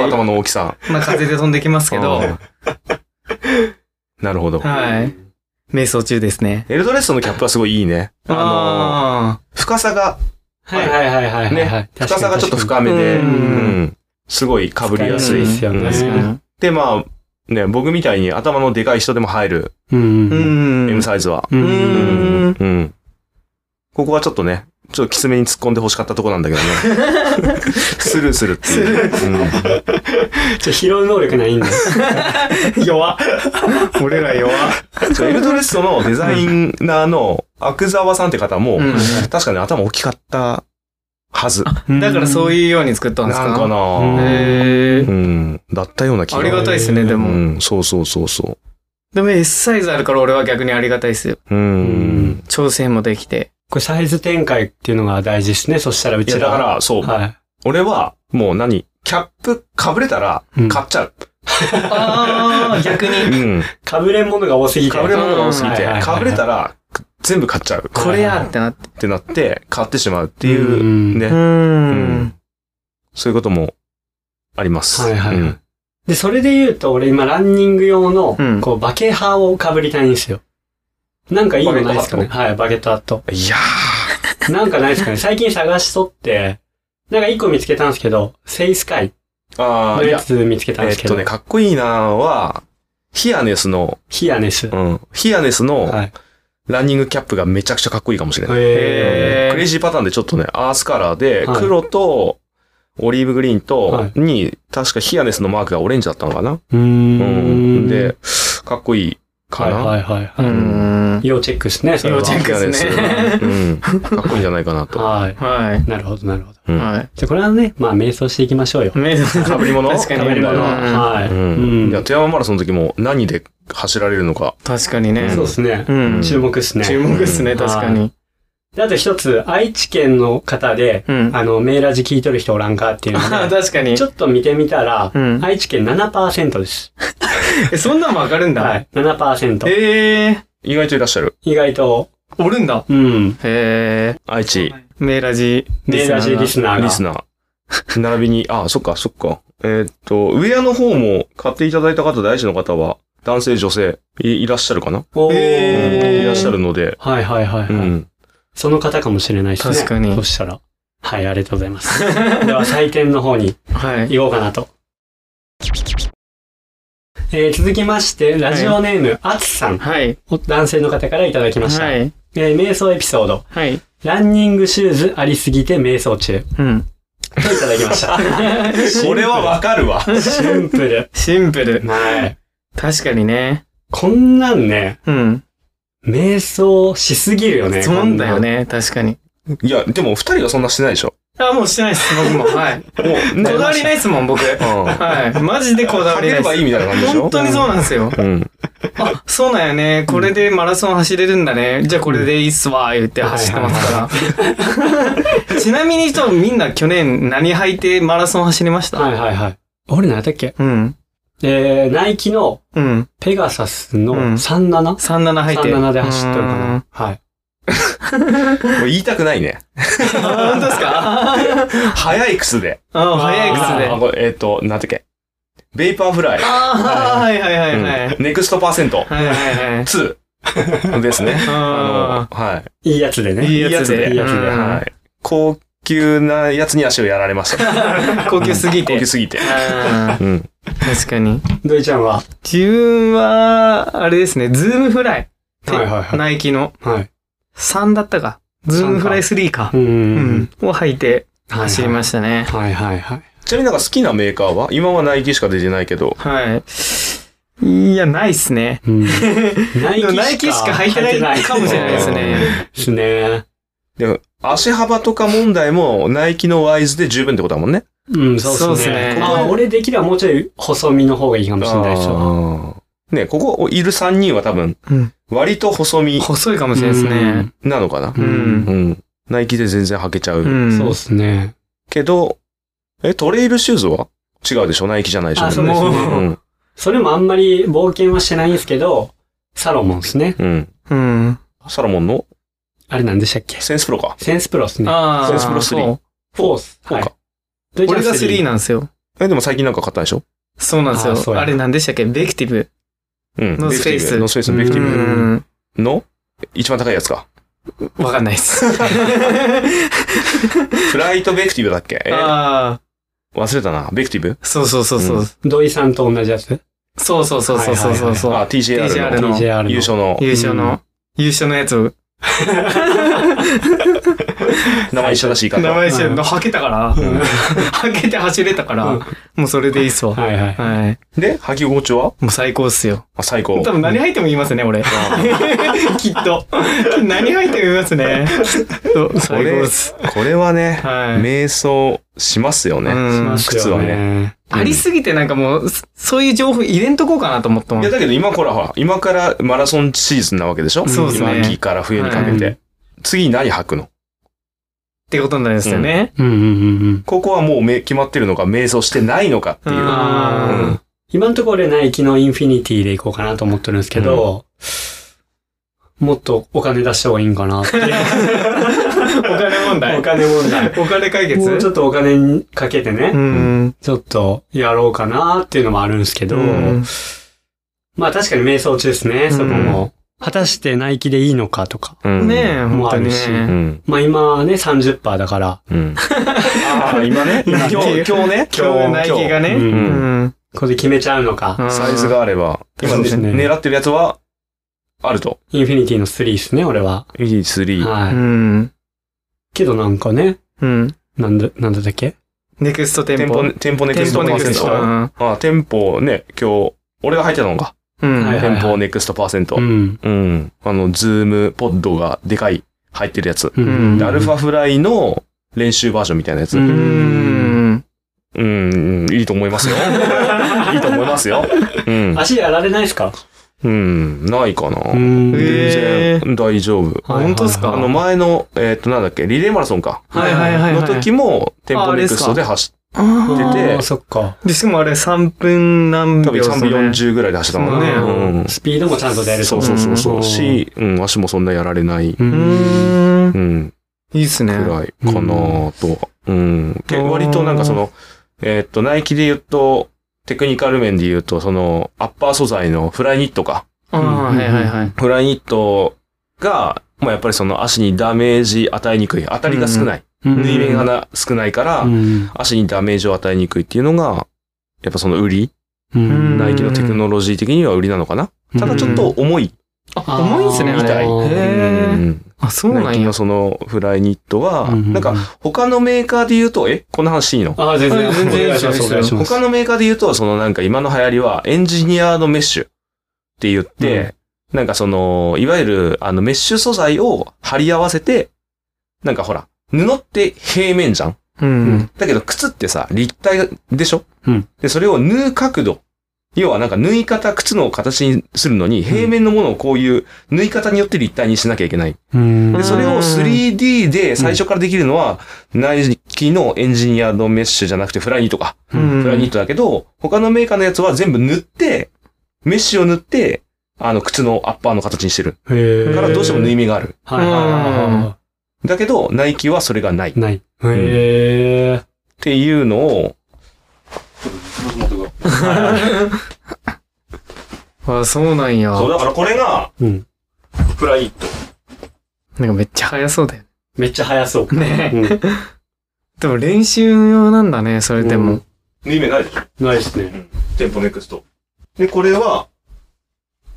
S1: は
S3: 頭の大きさ。
S1: い。まあ、風で飛んできますけど、
S3: あー。なるほど。
S1: はい。瞑想中ですね。
S3: エルドレッソのキャップはすごいいいね。あのー、
S1: あ
S3: 深さが、
S2: はいはいはいはいはい。
S3: ね、
S2: 確かに
S3: 深さがちょっと深めで、う
S1: うん
S3: んすごい被りやすい。
S2: ですよね。
S3: う
S1: あ
S3: ん
S1: 確か
S3: で、まあ、ね、僕みたいに頭のでかい人でも入る、
S2: う。
S1: に。うんん。
S3: M サイズは。
S2: うん。
S3: う
S1: うん
S3: ん。うんここはちょっとね、ちょっときつめに突っ込んで欲しかったとこなんだけどね。 スルーするっていう。
S2: ちょ、拾う能力ないんだよ。
S1: 弱 俺ら弱
S3: うんちょエルドレッソのデザイナーの阿久沢さんって方も、
S1: う
S3: 確かね、頭大きかったはず。
S1: ん。だからそう
S2: う
S1: いうように作ったんですか
S3: なんか
S2: うん
S3: な
S1: へー
S3: うん。だったような気
S1: あ
S3: が
S1: り。がたいですね、で
S3: う
S1: も。
S3: ん、そうそうそうそ
S1: でも S サイズあるから俺は逆にありがたいですよ。
S3: う。うん。
S1: 調整もでき て。
S2: これサイズ展開っていうのが大事ですね。そしたらう
S3: い
S2: ち
S3: や、
S2: ら。
S3: だから、そう。
S2: はい。
S3: 俺は、もう何キャップ被れたら
S2: うん、
S3: 買っちゃう。
S1: ああ、逆
S3: う
S1: に。
S3: ん。
S2: かぶれんものが多すぎて。
S3: 被れ物が多すぎ
S2: うんはい
S3: て
S2: はい、はい
S3: 被れたら、全部買っちゃう。
S1: これやってなって。
S3: ってなって、買ってしまうって
S2: て
S3: いう、
S2: う
S3: ね
S1: う。
S3: うん
S1: ん。
S3: そういうこともあります。
S2: はいはい
S3: うん
S2: で、それで言うと、俺今ランニング用の
S1: うん、
S2: こう、バケ派をかぶりたいんですよ。なんかいいのないですかねはい、バケットハット。
S3: いや
S2: なんかないですかね最近探しとって、なんか一個見つけたんですけど、セイスカイ
S3: ああ、
S2: の
S3: い
S2: や
S3: や、
S2: つ見つけたん
S3: え
S2: で
S3: っ
S2: すけど、
S3: とね、かっこいいなは、ヒアネスの、
S2: ヒアネス。
S3: うん、ヒアネスの
S2: はい。
S3: ランニングキャップがめちゃくちゃかっこいいかもしれない。
S2: へ
S1: へ
S2: ー
S1: ー
S3: クレイジーパターンでちょっとね、アースカラーで、
S2: はい
S3: 黒と、オリーブグリーン
S2: は
S3: と
S2: い、
S3: に、確かヒアネスのマークがオレンジだったのかな
S2: うー。
S3: うんん。で、、かっこいいか
S2: はい
S3: な。
S2: はいはいは
S1: う
S2: い。
S1: ん。
S2: 要チェックですね、それは
S1: 要チェックですね
S3: ヒアネスうん。かっこいいんじゃないかな と。
S2: はい。
S1: は
S2: なるほど、なるほど。
S3: う
S1: い。
S3: ん
S1: はい。
S2: じゃあこれはね、まあ、瞑想していきましょうよ。
S1: 目の
S3: 被り物
S1: 確かに
S2: 食べ物
S1: うん
S2: はい。
S3: うん。いや、富山マラソンの時も何で走られるのか。
S1: 確かにね。
S2: そうですね
S1: う。ん。
S2: 注目ですね。
S1: 注目ですね、
S3: うん
S1: 確かに。
S2: であと一つ、愛知県の方で、
S1: うん。あ
S2: あの、メーラジ聞いとる人おらんかっ ていうので、
S1: 確かに
S2: ち。ょっと見てみたら
S1: う、ん。
S2: 愛知県7%です。
S1: え、そんなんもわかるんだ。
S2: はい。7%。
S1: へえ。
S3: 意外といらっしゃる。
S2: 意外と、
S1: おるんだ。
S2: うん。
S1: へえ。
S3: 愛知、
S1: メーラジ
S2: メーラジリスナー
S3: リ
S2: が。
S3: スナー。 並びに、あ、そっか、そっか。えーっと、ウェアの方も買っていただいた方、大事の方は、男性、女性い、いらっしゃるかな、
S2: おー
S1: へ
S3: う
S1: ー
S3: んいらっしゃるので、
S2: はいはいはいはい。
S3: うん。
S2: その方かもしれないですね。
S1: 確かに
S2: そしたら。はい、ありがとうございます。 では、採点の方に
S1: はい。
S2: 行こうかなと。えー続きまして、ラジオネーム、あつさん。
S1: はい。
S2: お男性の方からいただきました。
S1: はい。
S2: えー瞑想エピソード。
S1: はい。
S2: ランニングシューズありすぎて瞑想中。
S1: うん。
S2: といただきました。
S3: これはわかるわ。
S2: シンプル。
S1: シンプル。
S2: はい。
S1: 確かにね。
S2: こんなんね、
S1: うん。
S2: 瞑想しすぎるよね。
S1: 損だよね、確かに。
S3: いや、でも、二人がそんなしてないでしょ。
S1: あ、もうしてないっす、僕も。 はい。
S3: もう、ね
S1: こだわりないっすもん、僕。
S3: うん。
S1: はい。マジでこだわ
S3: 借
S1: りな
S3: りれ
S1: いっ
S3: ばいい
S1: す。
S3: みたいな感じでしょ
S1: 本当にそうなんですよ。
S3: うん。
S1: あ、そうなんやね。これでマラソン走れるんだね。じゃあこれでいいっすわ、言って走ってます から。ちなみに、とみんな去年何履いてマラソン走りまし
S2: こんな
S1: た
S2: の。はいはいはい。俺何やったっけ
S1: うん。
S2: えー、ナイキの
S1: うん。
S2: ペガサスの
S1: うん
S2: 37?37、
S1: 37履いて。
S2: 37で走っとるかな。はい。
S3: もう言いたくないね。
S1: うーん。あ本当ですか
S3: 早い靴で。
S1: あ早い靴
S2: あ
S1: で。
S3: あこれえーっと、なんてっけ。ベイパーフライ。
S1: ああ、はいはいはいはい。
S3: うんネクストパーセント
S1: はいはいはい。
S3: 2ですね。 あ
S1: あ
S3: の、はい。
S2: いいやつでね。
S1: いいやつで
S2: いいやつで。
S1: うん
S3: はい。高級なやつに足をやられま した。
S1: あ、高級すぎ
S3: 高
S1: て
S3: 級。すぎて。
S1: あ
S3: うん。
S1: ー確かに。
S2: ドイちゃんは
S1: 自分は、あれですね、ズームフライ。
S2: はいはいはい
S1: ナイキの
S2: はい。
S1: 3だったか。ズームフライ3か。
S2: う
S1: うんん。。を履いて
S2: はい
S1: 走りましたね。
S2: はいはいはい。
S3: ちなみになんか好きなメーカーは今はナイキしか出てないけど。
S1: はい。いや、ないっすね。
S2: うんナ
S1: でもナイ
S2: イ
S1: キ
S2: キ
S1: し
S2: し
S1: か
S2: か
S1: 履いてないかもしれないですね。
S2: ですね。
S3: でも、足幅とか問題もナイキのワイズで十分ってことだもんね。
S2: うん、そう
S1: そう
S2: で
S1: っ
S2: す
S1: す
S2: ね
S1: ね。
S2: まあ、俺できればもうちょい細身の方がいいかもしれないですよ。
S3: あーね、ここいる3人は多分
S1: うん、
S3: 割と細身
S1: 細いかもしれないですね。
S3: なのかな
S2: う。ん。
S3: うん。ナイキで全然履けちゃ
S1: う。
S3: うん
S2: そうですね。
S3: けど、え、トレイルシューズは違うでしょナイキじゃないでしょ
S2: あそうですね
S3: もうん。
S2: それもあんまり冒険はしてないんですけど、サロモンですね。
S3: うん。
S1: うん。
S3: サロモンの
S2: あれなんでしたっけ
S3: センスプロか。
S2: センスプロですね。
S1: ああ。
S3: センスプロ3
S1: そう
S2: フォース。
S3: そう
S2: はい
S3: か。。
S2: ドイちゃん
S1: 俺が3
S2: スリー
S1: なんですよ。
S3: え、でも最近なんか買ったでしょ
S1: そうなん
S2: あー
S1: です
S2: そう
S1: よ。
S2: や
S1: あれ何でしたっけベクティブ。
S3: うん。
S1: ノースフェイス
S3: ベクティブノースフェイスのベクテ
S1: う
S3: ィブ。
S1: ん。
S3: の一番高いや つか。
S1: わかんないっ す。
S3: フライトベクティブだっけえ
S1: ああ。
S3: 忘れたな。ベクティブ
S1: そうそうそうそう。
S2: 土井さんと同じやつ
S1: そうそうそうそうそうそうそう。
S3: あ、TJR
S1: TJR
S3: の
S1: の
S2: ?DJR の。
S3: 優勝の
S1: 優勝
S2: う
S1: の、優勝のやつを。
S3: 名前一緒だしいいか
S1: 名
S3: と。
S1: 前知るの、はけたから、
S2: うん
S1: はけて走れたから、
S2: うん
S1: もうそれでいいっすわ。
S2: はいはい。
S1: はい。
S3: で、履き心地は
S1: もう最高っすよ。
S3: あ最
S1: 多
S3: 高。
S1: 分何入っても言いますね、俺。きっと。何入っても言いますね。きっと
S3: こ
S1: 最高
S3: れ
S1: っす。、
S3: これはね、
S1: はい。
S3: 瞑想しますよ
S1: う
S3: ね。
S1: ん
S2: します
S3: 靴
S2: よ
S3: は
S2: ね。
S1: ありすぎてなんかもう、そそういう情報入れんとこうかなと思ったも
S3: い
S1: ん
S3: や、。だけど今からほら、今からマラソンシーズンなわけでしょ
S1: そうです
S3: 今
S1: ね
S3: 秋から冬にかけ
S2: う
S3: て
S2: ん。
S3: 次何履くの
S1: ってことになりますよね。
S2: うんうんうんうん。
S3: ここはもうめ決まってるのか、瞑想してないのかっていう。
S1: あー
S3: うん
S2: 今のところ俺ナイキのインフィニティで行こうかなと思ってるんですけど、もっとお金出した方がいいんかなって。
S1: お金問題。
S2: お金問題。
S1: お金解
S2: もうち
S1: 決
S2: ょっとお金にかけてね、
S1: うん。
S2: ちょっとやろうかなっていうのもあるんですけど、
S1: うん
S2: まあ確かに瞑想中ですね、そこも。果たしてナイキでいいのかとか。
S3: うん。
S1: ねえ、本当に
S3: う
S1: ね。
S3: ん。
S2: まあ今はね30%だから、
S3: うん。 ああ、今ね。今日、今日ね。
S1: 今日、ナイキがね。
S2: う
S1: うんん
S2: これで決めちゃうのか。
S1: うん
S3: サイズがあれば、今、
S2: そうですね
S3: 狙ってるやつは、あると。
S2: インフィニティの3ですね、俺は。
S3: E3。
S1: う
S2: はい。
S1: ん。
S2: けどなんかね、
S1: うん。
S2: なんだ、なんだったっけ
S1: ネクスト店
S3: 店舗
S1: 舗。
S3: ね、店舗ネクストパ
S1: ネ
S3: ー
S1: ク
S3: セン
S1: スト。
S2: う
S3: ト。ああ、店舗ね、今日、俺が入ってたのか。
S1: うん。
S2: はい
S3: 店舗ネクストパーセント
S2: う。ん。
S3: うん。あの、ズーム、ポッドがでかい、入ってるやつ。
S2: うん
S3: でアルファフライの練習バージョンみたいなやつ。
S2: う。
S3: うん
S1: うんん。
S3: ん、うんいいと思いますよ。いいと思いますよ。うん。
S2: 足やられないですか
S3: うん、ないかな。
S2: ん
S1: え
S3: 全
S1: へ
S3: 然大丈夫。
S2: はいはいはい
S1: 本当っすか
S3: あの、前の、えっと、なんだっけ、リレーマラソンか。
S1: はいはいはいはい。
S3: の時も、テンポネクストで走っ
S1: あ
S3: 出て
S2: あーそっか。
S1: ーで、しかもあれ3分何
S3: 多
S1: 秒
S3: 分
S1: とか
S3: 3
S1: ね
S3: 分40ぐらいで走ったのね。
S1: そうね
S3: うん
S2: スピードもちゃんと出ると。
S3: そうそうそうそうう。
S2: ん
S3: し、うん、足もそんなやられない、
S2: う。
S1: うんーん
S3: う。ん、
S1: いいっす
S3: く
S1: ね。
S3: らいかなと。うん。け
S1: うん
S3: 割となんかその、えっと、ナイキで言うと、テクニカル面で言うと、その、アッパー素材のフライニットか。
S1: ああ、はいはいはい。
S3: フライニットが、まあやっぱりその足にダメージ与えにくい。当たりが少ない。
S2: うん
S3: 縫い目がな少ないから、
S2: うん
S3: 足にダメージを与えにくいっていうのが、やっぱその売り、
S2: うん
S3: ナイキのテクノロジー的には売りなのかな。ただちょっと重い。
S1: あ、重いんすね、あ
S2: み
S1: れ。
S3: たい
S1: へ
S3: う
S1: え。
S3: ん
S1: あ、そうな
S3: ナイキ
S1: んや
S3: の。そのフライニットは、
S2: うん
S3: なんか他のメーカーで言うと、えこんな話していいの
S2: あー、全然、
S1: あ全然
S2: お願いします
S1: 全然
S2: お願いします
S3: 他のメーカーで言うと、そのなんか今の流行りはエンジニアのメッシュって言って、なんかその、いわゆるあのメッシュ素材を貼り合わせて、なんかほら、布って平面じゃん
S1: うん。
S3: だけど靴ってさ、立体でしょ
S2: うん
S3: で、それを縫う角度。要はなんか縫い方、靴の形にするのに、平面のものをこういう縫い方によって立体にしなきゃいけない。
S2: うん
S3: で、それ
S1: う
S3: を
S1: ん
S3: 3D で最初からできるのは、ナイキのエンジニアのメッシュじゃなくてフライニットか。
S1: うん
S3: フライニットだけど、他のメーカーのやつは全部縫って、メッシュを縫って、あの、靴のアッパーの形にしてる。
S2: へ
S3: だ
S2: ー
S3: からどうしても縫い目がある。
S2: はいはいはいは
S3: だけど、ナイキはそれがない。っ
S2: い。ない。へー
S3: ていうのを、
S1: あ、そうなんや。
S3: そう、だからこれが、
S2: うん。
S3: フライニット。
S1: なんかめっちゃ速そうだよ。
S2: めっちゃ速そう。
S1: ね
S2: うん
S1: でも練習用なんだね、それで
S2: う
S1: も
S2: ん。
S3: 縫い目ないでしょ
S2: ないですね。
S3: 店舗ネクスト。で、これは、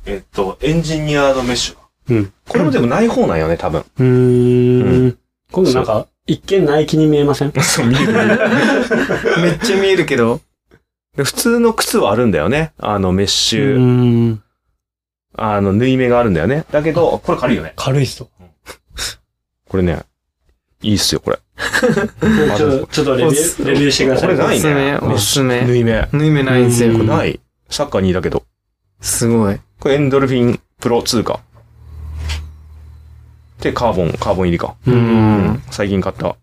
S3: えっと、エンジニアのメッシュ。
S2: うん。
S3: これもでもない方なんよね、多分。
S2: うーん。今度なんか、一見ナイキに見えません
S3: そう、見える見える
S1: めっちゃ見えるけど。
S3: で普通の靴はあるんだよね。あの、メッシュ、
S2: ん。
S3: あの、縫い目があるんだよね。だけど、これ軽いよね。
S2: 軽いっすと。
S3: これね、いいっすよ、これ。ま
S2: ち
S3: ず
S2: ょっと、ちょっとレビ
S1: お
S2: ュ
S1: す
S2: ー、レビューしてください。
S3: これな
S1: お
S3: い
S1: すすめ、
S3: ね
S1: おすすめ。
S3: 縫い目。
S1: 縫い目ないんすよ
S2: う。ん
S3: ない。サッカー2だけど。
S1: すごい。
S3: これエンドルフィンプロ2か。で、カーボン、カーボン入りか。
S2: う。
S1: うんん。
S3: 最近買った。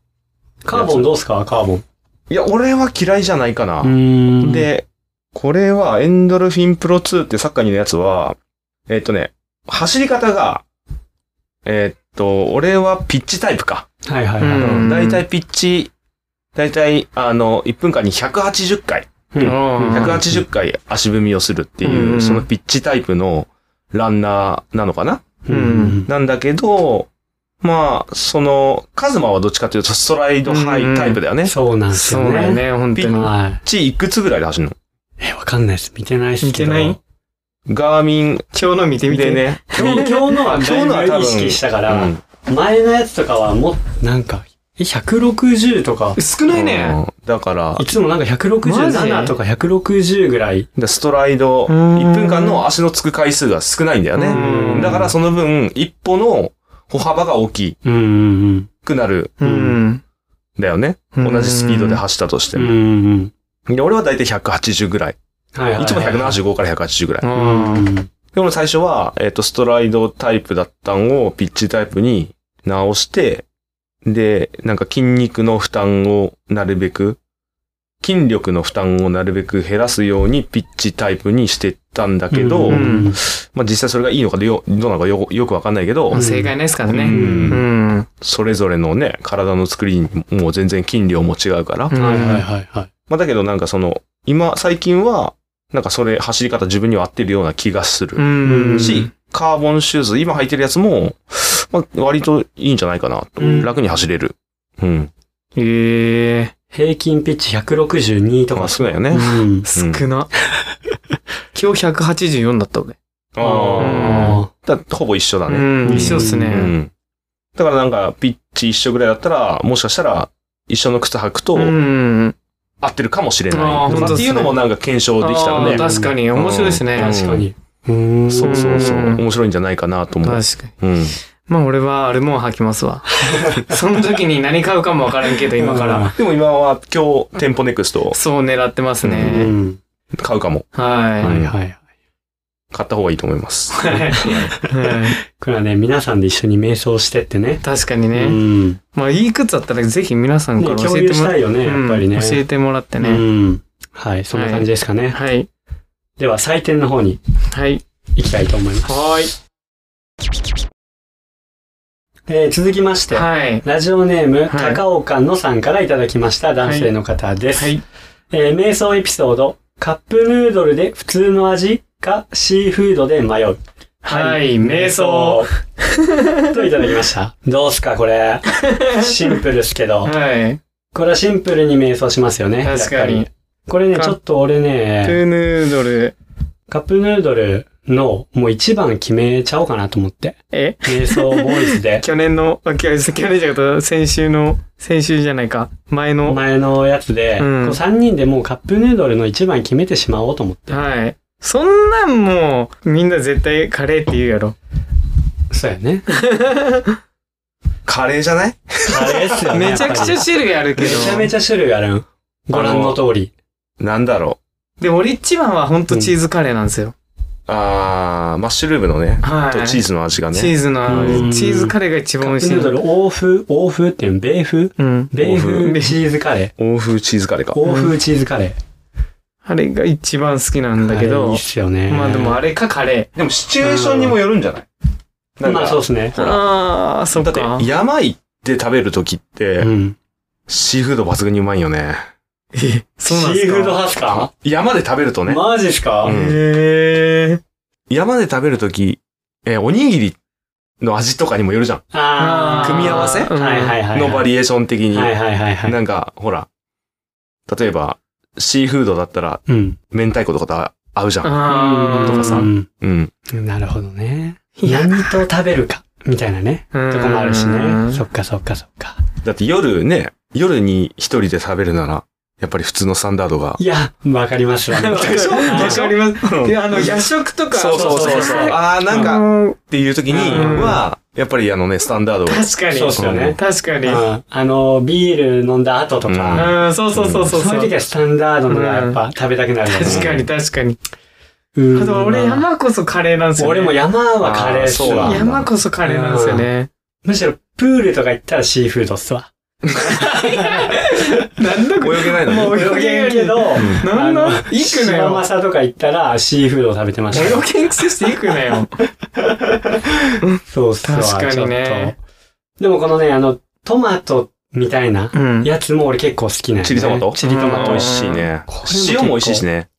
S2: カーボンどうっすかカーボン。
S3: いや、俺は嫌いじゃないかな。
S2: んで、
S3: で、これはエンドルフィンプロ2ってサッカーにのやつは、えっとね、走り方が、えっと、俺はピッチタイプか。
S2: はいはい
S1: うん
S2: は
S3: だいたいピッチ、だいたいあの、1分間に180回、
S2: い。うん
S1: あ
S3: 180回足踏みをするって
S1: うん
S3: いうう、
S1: ん
S3: そのピッチタイプのランナーなのかな
S1: うん
S3: なんだけど、まあ、その、カズマはどっちかというとストライドハイタイプだよね。ピッ
S2: そうなん
S1: ー
S2: です
S1: そ
S2: よ
S1: うだよね、
S2: ね。
S1: 本当
S3: ピ
S1: に。
S2: は
S3: チいくつぐらいで走る
S2: い。え、わかんないです。見てないっすけど。
S1: 見てない
S3: のガーミン
S1: 今日の見てみて
S3: で。ね、
S2: 今日今日のは
S3: 今日の
S2: だ
S3: は
S2: いぶ
S3: 多分
S2: 意識したか
S3: う
S2: ら、
S3: ん
S2: 前のやつとかはもう、なんか、え160とか、
S1: 少ないね。
S3: うん。だから、
S2: いつもなんか167とか160ぐらい。
S3: でストライド、
S1: うーん
S3: 1分間の足のつく回数が少ないんだよ
S1: う
S3: ね。
S1: ん
S3: だからその分、一歩の歩幅が大き
S2: うんうん
S3: くなる
S1: うん。
S3: んだよね。
S1: うん
S3: 同じスピードで走ったとして
S2: うん。うん
S3: も。
S2: うん
S3: で、俺はだいたい180ぐらい。
S2: うん。はいはいはい
S3: つも175から180ぐらい。
S1: う
S3: で、
S1: ん
S2: うんうん。
S3: 俺最初は、えっ、と、ストライドタイプだったんをピッチタイプに直して、で、なんか筋肉の負担をなるべく、筋力の負担をなるべく減らすようにピッチタイプにしてったんだけど、
S2: うん
S1: うん
S3: まあ実際それがいいのかよどうなのかよよくわかんないけど、
S1: まあ正解ないですから
S3: う
S1: ね。うんん。
S3: それぞれのね、体の作りにもう全然筋量も違うから。
S1: うん
S2: はいはいはいはい。
S3: まあだけどなんかその、今、最近は、なんかそれ走り方自分には合ってるような気がす
S1: う
S3: る。
S1: ん。
S3: し、カーボンシューズ、今履いてるやつも、まあ、割といいんじゃないかなと。
S1: うん
S3: 楽に走れる。うん。
S1: ええ
S2: 平均ピッチ162と
S3: まあ、
S2: か。
S3: 少ないよね。
S2: うん。
S3: うん
S1: 少な。今日184だった俺。
S3: あ
S2: あ
S3: あ。だほぼ一緒だ
S1: う
S3: ね。
S1: ん、一緒っす
S3: う
S1: ね。
S3: ん。だからなんか、ピッチ一緒ぐらいだったら、もしかしたら、一緒の靴履くと
S1: う、ん。
S3: 合ってるかもしれない。
S1: あー
S3: まあ
S1: 本当
S3: っ
S1: です
S3: て
S1: ね
S3: いうのもなんか検証できたら
S1: あ
S3: ね
S1: ー。確かに、面白いですね。
S3: うん
S2: あ。確かに。うん。
S3: そうそうそう。
S1: うん
S3: 面白いんじゃないかなと思う。
S1: 確かに。
S3: うん。
S1: まあ俺はあれもん履きますわ。その時に何買うかもわからんけど、今から。
S3: でも今は今日、店舗ネクスト
S1: そう狙ってます
S2: う
S1: ね。
S2: ん。
S3: 買うかも。
S2: は
S1: はい
S2: はい。
S3: 買った方がいいと思います。
S1: い。はい
S2: これはね、皆さんで一緒に瞑想してってね。
S1: 確かに
S2: う
S1: ね。
S2: ん。ね、
S1: まあいい靴だったらぜひ皆さんから教
S2: 共
S1: え
S2: 有
S1: て
S2: し
S1: もら
S2: たいよね、
S1: う
S2: やっ
S1: ん
S2: ぱりね。
S1: 教えてもらって
S2: う
S1: ね。
S2: ん。はい、そんな感じですかね。
S1: はい。
S2: では、採点の方に
S1: はい。
S2: 行きたいと思います。
S1: は
S2: えー続きまし
S1: い。
S2: て、
S1: はい。
S2: ラジオネーム、
S1: はい
S2: 高岡のさんからいただきました男性の方です。
S1: はい。
S2: えー瞑想エピソード、カップヌードルで普通の味かシーフードで迷う。
S1: はい。瞑想。。
S2: といただきました。どうすか、これ。シンプルですけど。
S1: はい。
S2: これはシンプルに瞑想しますよね。
S1: 確
S2: やっ
S1: か
S2: ぱり
S1: に。。
S2: これね、
S1: カッ
S2: ちょっと俺
S1: ト
S2: ね、
S1: ゥーヌードル。
S2: カップヌードルのもう一番決めちゃおうかなと思って。
S1: え
S2: 瞑想ボーイ ズで。
S1: 去年の、あ去年じゃなかった、先週の、先週じゃないか、前の。
S2: 前のやつで、
S1: うん
S2: こう3人でもうカップヌードルの一番決めてしまおうと思って。
S1: はい。そんなんもう、みんな絶対カレーって言うやろ。
S2: そうやね。
S3: カレーじゃない
S2: あれっすよね。
S1: めちゃくちゃ
S2: やっぱ
S1: 種類あるけ
S2: り
S1: ど
S2: め。ちゃめちゃ種類あるん。ご覧の通り。
S3: なんだろ
S1: で、俺一番はほんとチーズカレーなんですよ。
S3: う。あー、マッシュルームのね。
S1: はい。
S3: とチーズの味が
S1: チ
S3: ね。
S1: ーズの、
S2: うん
S1: チーズカレーが一
S2: カ
S1: 番美
S2: ッ
S1: 味
S2: プ
S1: し
S2: ヌ
S1: い
S2: ー。ドル、欧風、欧風っていうの、米風
S1: うん。
S2: 米
S3: 欧
S2: 風
S1: 風
S2: チーズカレ
S3: 欧風チーズカレーか
S2: ー。。欧風チーズカレ
S1: あれが一番好きな
S2: ー。
S1: んだけ
S2: あれいい
S1: ど
S2: っ。すよね。
S1: まあでもあれかカレ
S3: でもシチュエーションにもよるんじゃないなん
S2: まあそう
S3: か、
S2: ですね。
S1: ー。
S3: ほら。
S1: ああ、そっ
S3: だって
S1: か。、
S3: 山行って食べるときって
S2: う、ん。
S3: シーフード抜群にうまいよね。
S1: え、そうなん
S2: シ
S1: す
S2: ー
S1: か
S2: フード派っすか
S3: 山で食べるとね。
S2: マジっすか、
S3: うん
S1: へえ。
S3: 山で食べるとき、えー、おにぎりの味とかにもよるじゃん。
S2: あー
S3: 組み合わせ
S1: うん
S2: はいはいはい。
S3: のバリエーション的に。
S2: はいはいはいはい。
S3: なんか、ほら。例えば、シーフードだったら、
S2: うん。
S3: 明太子とかと合うじゃん。
S1: ああ。
S3: とかさ
S2: うん
S3: うん。
S2: なるほどね。
S1: いや
S2: 何と食べるか、みたいなね。
S1: と
S2: とこもあるしね。そっかそっかそっか。
S3: だって夜ね、夜に一人で食べるなら、やっぱり普通のスタンダードが。
S2: いや、わかりますわ。
S1: わか
S3: でしょ
S2: でしょ
S1: ります。いや、あの、夜食とか。
S3: そうそうそうそう。ああ、なんか、っ
S1: か、
S3: ていう時に
S1: うん
S3: は、やっぱりあのね、スタンダードが。
S1: 確かに。
S2: そうっすよね。
S1: 確かに。
S2: うんあの、ビール飲んだ後とか、
S1: うん、そうそうそうそう。
S2: そういう時はスタンダードのがやっぱ食べたくなるよね。
S1: 確かに確かに。
S2: うん。
S1: あと俺山こそカレーなんですよ、ね。
S2: 俺も山はカレーっす
S3: あーそう
S2: わ
S3: なん。だ
S1: 山こそカレーなんですよね。
S2: むしろプールとか行ったらシーフードっすわ。
S1: なんだこ
S3: 泳げないの
S1: も
S3: ね。
S1: う泳げ
S2: げんけど、
S1: れ。なん
S2: あの
S1: だ行くな
S2: 島
S1: よ。
S2: 正とか行ったらシーフードを食べてました。
S1: 泳げんくせして行くなよ。
S2: そうっすわ。
S1: 確かにね
S2: ちょっと。でもこのね、あの、トマトみたいな
S1: うん。
S2: やつも俺結構好きなんよね
S3: チリトマト
S2: チリトマ
S3: 美
S2: ト
S1: うん
S3: 味。しいね
S2: これも。
S3: 塩も美味しいしね。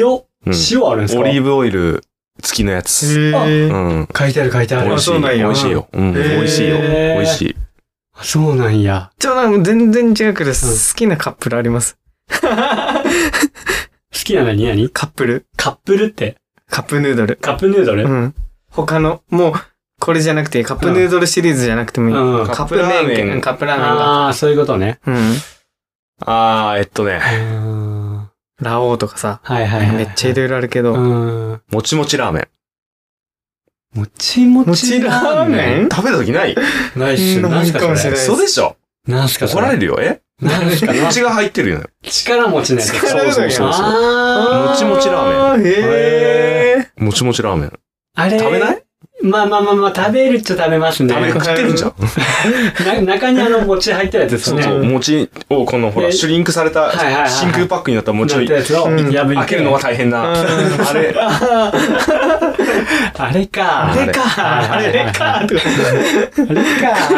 S2: 塩
S3: うん
S2: 塩あるんですか
S3: オリーブオイル付きのやつ。
S1: へ
S3: う
S1: ー
S3: ん。
S2: 書いてある書いてあ
S3: 美
S2: る
S3: 味。しい。
S1: そうなんや
S3: 美味しいよ。うん。美味しいよ。
S2: へー
S3: 美味しい。
S2: あそうなんや。
S1: ちょ、なんか全然違うけど、
S2: ん
S1: 好きなカップルあります。
S2: 好きなのに何
S1: カップル
S2: カップルって、
S1: カップヌードル。
S2: カップヌードル
S1: う、ん。他の、もう、これじゃなくていい、カップヌードルシリーズじゃなくてもいい。
S2: うん
S1: カップ麺系うんカップラーメンが。
S2: ああ、そういうことね。
S1: うん。
S3: あー、えっと
S2: う、
S3: ね
S2: ーん
S1: ラオウとかさ。
S2: はいはいはい。
S1: めっちゃいろいろあるけ
S2: う
S1: ど。
S2: ーん。
S3: もちもちラーメン。
S2: もちも
S1: も
S2: ち
S1: ち
S2: ラ
S1: ラ
S2: ー
S1: ー
S2: メ
S1: メ
S2: ン
S1: ン
S3: 食べた時ない
S2: ないっす。
S1: うん
S2: 何すか
S1: ないかもし
S2: そ
S1: れ
S2: れ
S1: ない。
S3: そうでしょ
S2: 何すかそ
S3: 怒
S2: れ
S3: られるよ。え
S2: 何すかな
S3: 口が入ってるよね。
S2: 力持ちのやつ。
S1: 力持ちのやつ
S2: そうそうそうあ
S3: もちもちラ
S1: ーメン。へー。
S3: もちもちラーメン。
S2: ーあれ
S3: 食べない
S2: まあまあまあまあ、食べるっちゃ食べますね。
S3: 食べ
S1: る
S3: 食ってるんじゃん。
S2: な中にあの餅入ってるやつです
S3: そう
S2: ね。
S3: そう。餅をこのほら、
S2: で
S3: シュリンクされた
S2: はいはいはい
S3: 真空パックになった餅を
S2: なったやつを
S1: うん
S2: 破いて。
S3: 開けるのが大変な。あれ、
S2: あれか。
S3: あれか
S1: あれかーと
S2: あれか。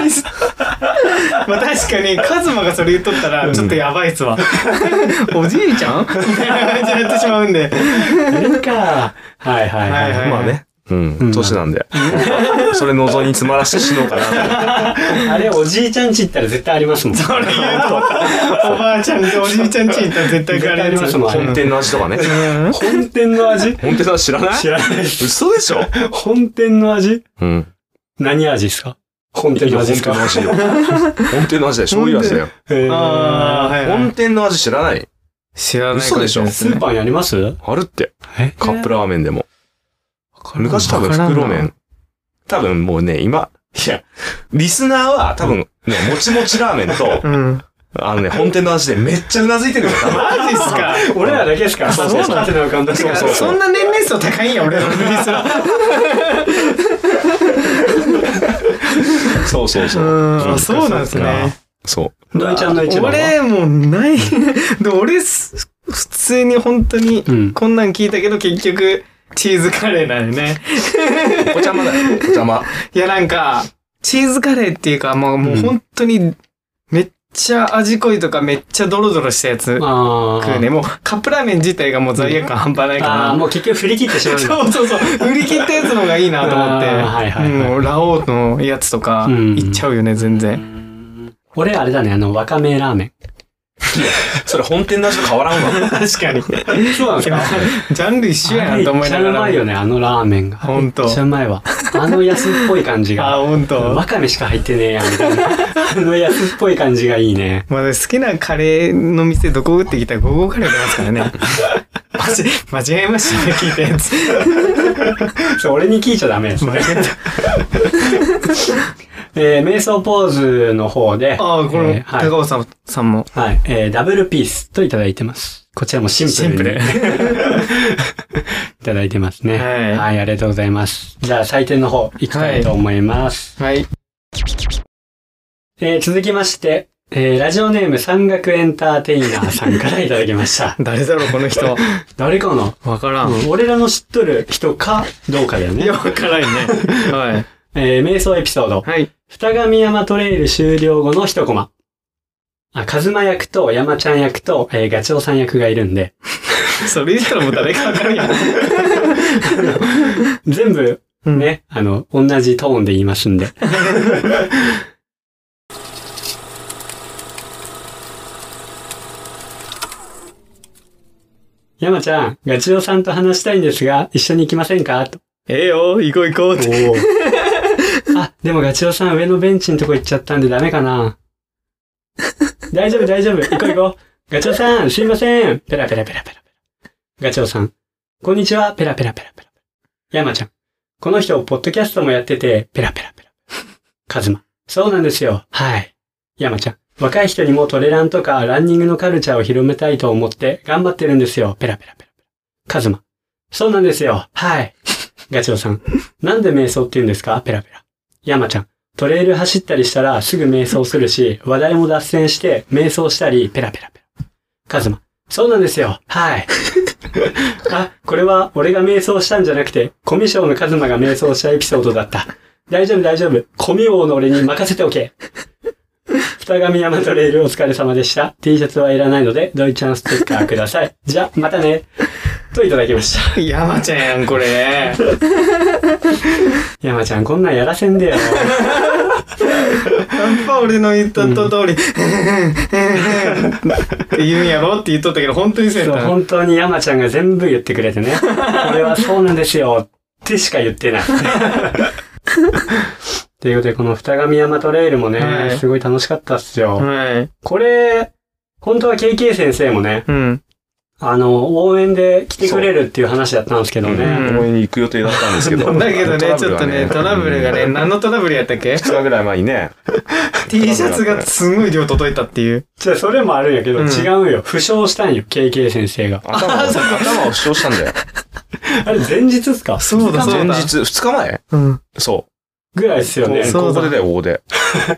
S1: まあ確かに、カズマがそれ言っとったら、ちょっとやばいっすわ。 おじ いちゃんみたいな感じになってしまうんで。
S2: あれか。はいはい
S1: はいは
S2: はいい。
S3: まあね。うん
S2: うん。
S3: 年なんで。それ謎に詰まらして死のうかなと。
S2: あれ、おじいちゃんち行ったら絶対ありますもん。
S1: それ言うと思った。おばあちゃんとおじいちゃんち行ったら絶対帰られ
S2: 絶対帰りますもんあれ
S3: 本店の味とかね。
S2: 本店の味
S3: 本店の味知らない
S2: 知らないです。
S3: 嘘でしょ
S2: 本店の味
S3: うん。
S2: 何味ですか本
S3: い
S2: 店の
S3: や
S2: 味
S3: 本
S2: です
S3: 店
S2: か
S3: の味よ。本店の味だよ。醤油味だよ。
S2: えー
S1: ああ、はい、
S3: 本店の味知らない
S1: 知らない。
S3: 嘘でしょ
S2: スーパーにあります
S3: あるって。
S2: え
S3: カップラーメンでも。
S1: んない
S3: 昔多分袋麺。多分もうね、今、いや、リスナーは多分ね、もちもちラーメン と、
S1: うん。
S3: あのね、本店の味でめっちゃうなず いてるよ、多分。
S1: マジっすか。
S2: 俺らだけですか
S1: そうそう
S2: ハテナ浮かんだ
S1: て
S2: そう
S1: か
S2: そう
S1: そんな年齢層高いんや、俺らのリスナー。
S3: そうそうそう。
S1: うん、あそうなんです
S3: そっ
S1: ね
S3: か。そう。
S2: 土井ちゃんの一番は
S1: 俺、もうない。で俺す、普通に本当に
S2: う、ん
S1: こんなん聞いたけど結局、チーズカレーなんよね。
S3: お邪魔だよ。お邪魔。
S1: いや、なんか、チーズカレーっていうか、もう、もう本当に、めっちゃ味濃いとか、めっちゃドロドロしたやつ
S2: あ
S1: 食うね。もう、カップラーメン自体がもう罪悪感半端ない
S2: ー
S1: か
S2: あ
S1: ら
S2: ー。もう結局振り切ってしまうん だ
S1: そうそうそう。売り切ったやつの方がいいなと思って。
S2: あーはいはいはい
S1: もう、ラオウのやつとか、
S2: うん
S1: いっちゃうよね、全
S2: う
S1: 然。
S2: ん俺あれだねあのわかめラーメ
S3: それ本店の味と変わらん
S1: 確
S3: わ。
S1: かに。
S2: ンそうなんで
S1: いやジャンル一緒やんと思いなが
S2: めっちゃう
S1: ら。
S2: まいよねあのラーメンが
S1: ほんと
S2: めっちゃうまいわあの安っぽい感じ
S1: あ、
S2: が
S1: ほんと
S2: わ。かめしか入ってねえやみたいなあの安っぽい感じがいいね
S1: まあ、好きなカレーの店どこ打ってきたらゴーゴーカレー出ますから ね。 間違間違えましたね、聞いたやつ。
S2: そう俺に聞いちゃダメですね
S1: 間違えた。
S2: えー瞑想ポーズの方で
S1: ああ、こ
S2: えー
S1: れ、
S2: はい
S1: 高尾さんさんも。
S2: はい、えーダブルピースといただいてます。こちらもシンプルに。
S1: シ
S2: いただいてますね。
S1: はい
S2: ありがとうございます。じゃあ、採点の方、いきたいと思います。
S1: はい。。
S2: えー続きまして、えーラジオネーム山岳エンターテイナーさんからいただきました
S1: 誰だろう、この人。
S2: 誰かな、
S1: わからん。
S2: うん俺らの知っとる人かどうかだよ
S1: い
S2: ね
S1: や、。わからんね。はい。
S2: えー瞑想エピソード。
S1: はい。
S2: 二神山トレイル終了後の一コマ。あ、カズマ役と山ちゃん役と、えーガチオさん役がいるんで、
S1: それ言ったらもう誰かわからんやん。
S2: 全部ね、あの、同じトーンで言いますんで。 山ちゃん、ガチオさんと話したいんですが、一緒に行きませんかと。
S1: ええよ、行こう行こうって。
S2: あ、でもガチオさん上のベンチのとこ行っちゃったんでダメかな。大丈夫大丈夫、行こう行こう。ガチオさん、すいません。ペラペラペラペラペラ。ガチオさん、こんにちは、ペラペラペラペラ。山ちゃん、この人、ポッドキャストもやってて、ペラペラペラ。カズマ、そうなんですよ。はい。山ちゃん、若い人にもトレランとかランニングのカルチャーを広めたいと思って頑張ってるんですよ。ペラペラペラペラ。カズマ、そうなんですよ。はい。ガチョウさん、なんで瞑想って言うんですかペラペラ。山ちゃん、トレイル走ったりしたらすぐ瞑想するし、話題も脱線して瞑想したり、ペラペラペラ。カズマ、そうなんですよ。はい。あ、これは俺が瞑想したんじゃなくて、コミュ障のカズマが瞑想したエピソードだった。大丈夫大丈夫。コミュ王の俺に任せておけ。二神山トレイルお疲れ様でした。T シャツはいらないので、ドイちゃんステッカーください。じゃ、またね。といただきました。
S1: 山ちゃんやん、これ。
S2: 山ちゃん、こんなんやらせんでよ。
S1: やっぱ俺の言った通り、って言うんやろって言っとったけど、本当にせん
S2: そう、
S1: た。
S2: 本当に山ちゃんが全部言ってくれ てね。俺はそうなんですよ。ってしか言ってない。ということで、この二神山トレイルもね、
S1: はい
S2: すごい楽しかったっすよ。
S1: はい。
S2: これ、本当は KK 先生もね、
S1: うん。
S2: あの、応援で来てくれるっていう話だったんですけどね。
S3: 応援に行く予定だったんですけど。
S1: だけどね、ち
S3: ト
S1: ょっ
S3: ラ
S1: と
S3: ブル
S1: ね、
S3: が
S1: トラブルがね、
S3: うん
S1: 何のトラブルやったっけ
S3: 二日ぐらい前にね。
S1: ?T シャツがすごい量届いたっていう。
S2: じゃあ、それもあるんやけど、
S1: うん
S2: 違うよ。負傷したんよ、KK 先生が。
S3: 頭を、頭を負傷したんだよ。
S2: あれ、前日っすか
S1: そうだ、そ
S3: 前
S1: うだ。
S3: 日、二日前
S1: うん。
S3: そ
S2: ぐらいっす
S3: う。
S2: よ
S3: こ
S2: ね。
S1: そう
S3: ここでだよ、ここで。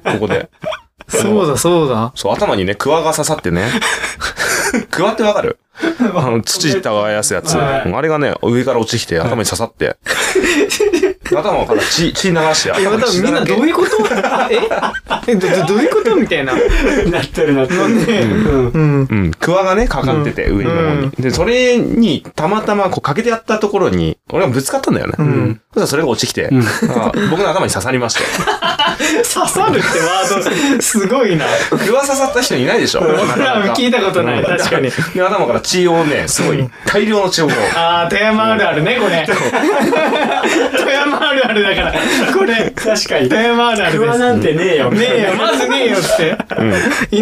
S3: ここで。
S1: そうだ、そうだ。
S3: そう、頭にね、クワが刺さって ね。クワってわかるあの、土耕すやつ。
S2: は い
S3: あれがね、上から落ちてきて頭に刺さって。頭から血、血流して
S1: いや、多
S3: 頭
S1: 分
S3: 血
S1: みんな
S3: だらけ
S1: どういうことええどどどういうことみたいな。
S2: なってるなってる。うん。
S1: うん。
S3: うん、クワがね、かかってて、上の方
S1: う
S3: に
S1: ん。
S3: で、それに、たまたま、こう、かけてやったところに、俺がぶつかったんだよね。
S1: う
S3: そ
S1: ん。
S3: したらそれが落ちてきて、
S2: うん
S3: あ僕の頭に刺さりま して。
S1: 刺さるってワード、すごいな。
S3: クワ刺さった人いないでし ょ。なかなか
S1: 聞いたことない。
S3: うん
S1: 確かに。
S3: で頭から血をね、すごい、大量の血をこう
S1: あー、富山あるあるね、これ。 富山あるあるだから。これ、
S2: 確かに
S1: 富。山あるある
S2: 不安なんてねえよ。
S1: です。ねえよ、まずねえよって。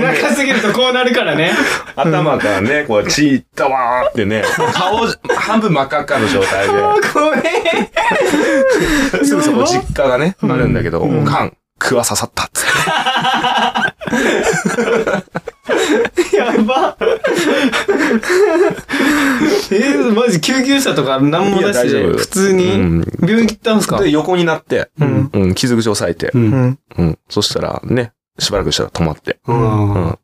S1: 田舎すぎるとこうなるからね。
S3: 頭からね、こう、血、ダワーってね、顔、半分真っ赤っかの状態
S1: あー怖え。
S3: で、すぐそこ
S1: やば
S3: 実家がね、なるんだけど、おかん、クワ刺さったっつって。
S1: やば。 えー、マジ救急車とか何も
S3: いや
S1: なし
S3: 大丈
S1: で、
S3: 夫
S1: 普通
S3: うん
S1: に。病院切ったんすか
S3: で、横になって、
S1: うん
S3: うん、傷口を裂いて、
S1: う
S2: う。
S1: んん。
S3: うん。そしたら、ね、しばらくしたら止まって。
S2: う。
S3: うんん。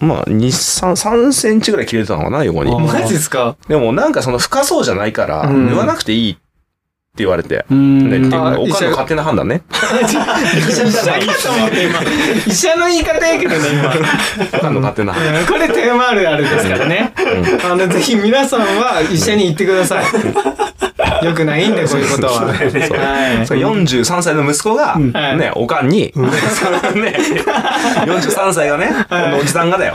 S3: まあ、2、3、3センチぐらい切れてたのかな、横に
S2: あ。ー
S1: マジっすか
S3: でも、なんかその深そうじゃないから、
S1: うん
S3: 縫わなくていいって言われて。
S2: うん
S3: ね、っていうか
S1: あ
S3: お
S1: 医
S3: かん
S1: 者が
S3: の勝手な判断ね。
S1: 医者かと思って今。医者の言い方やけどね、今。
S3: おかんの勝手な判断。
S1: うんこれテーマあるあるですからね。あの、ぜひ皆さんは医者に行ってくだ さい。よくないんで、こういうことは。
S3: そう
S1: はい。
S3: それ43歳の息子が、
S2: ん
S3: ね、おかんに、その ね、43歳がね、おじさんがだよ。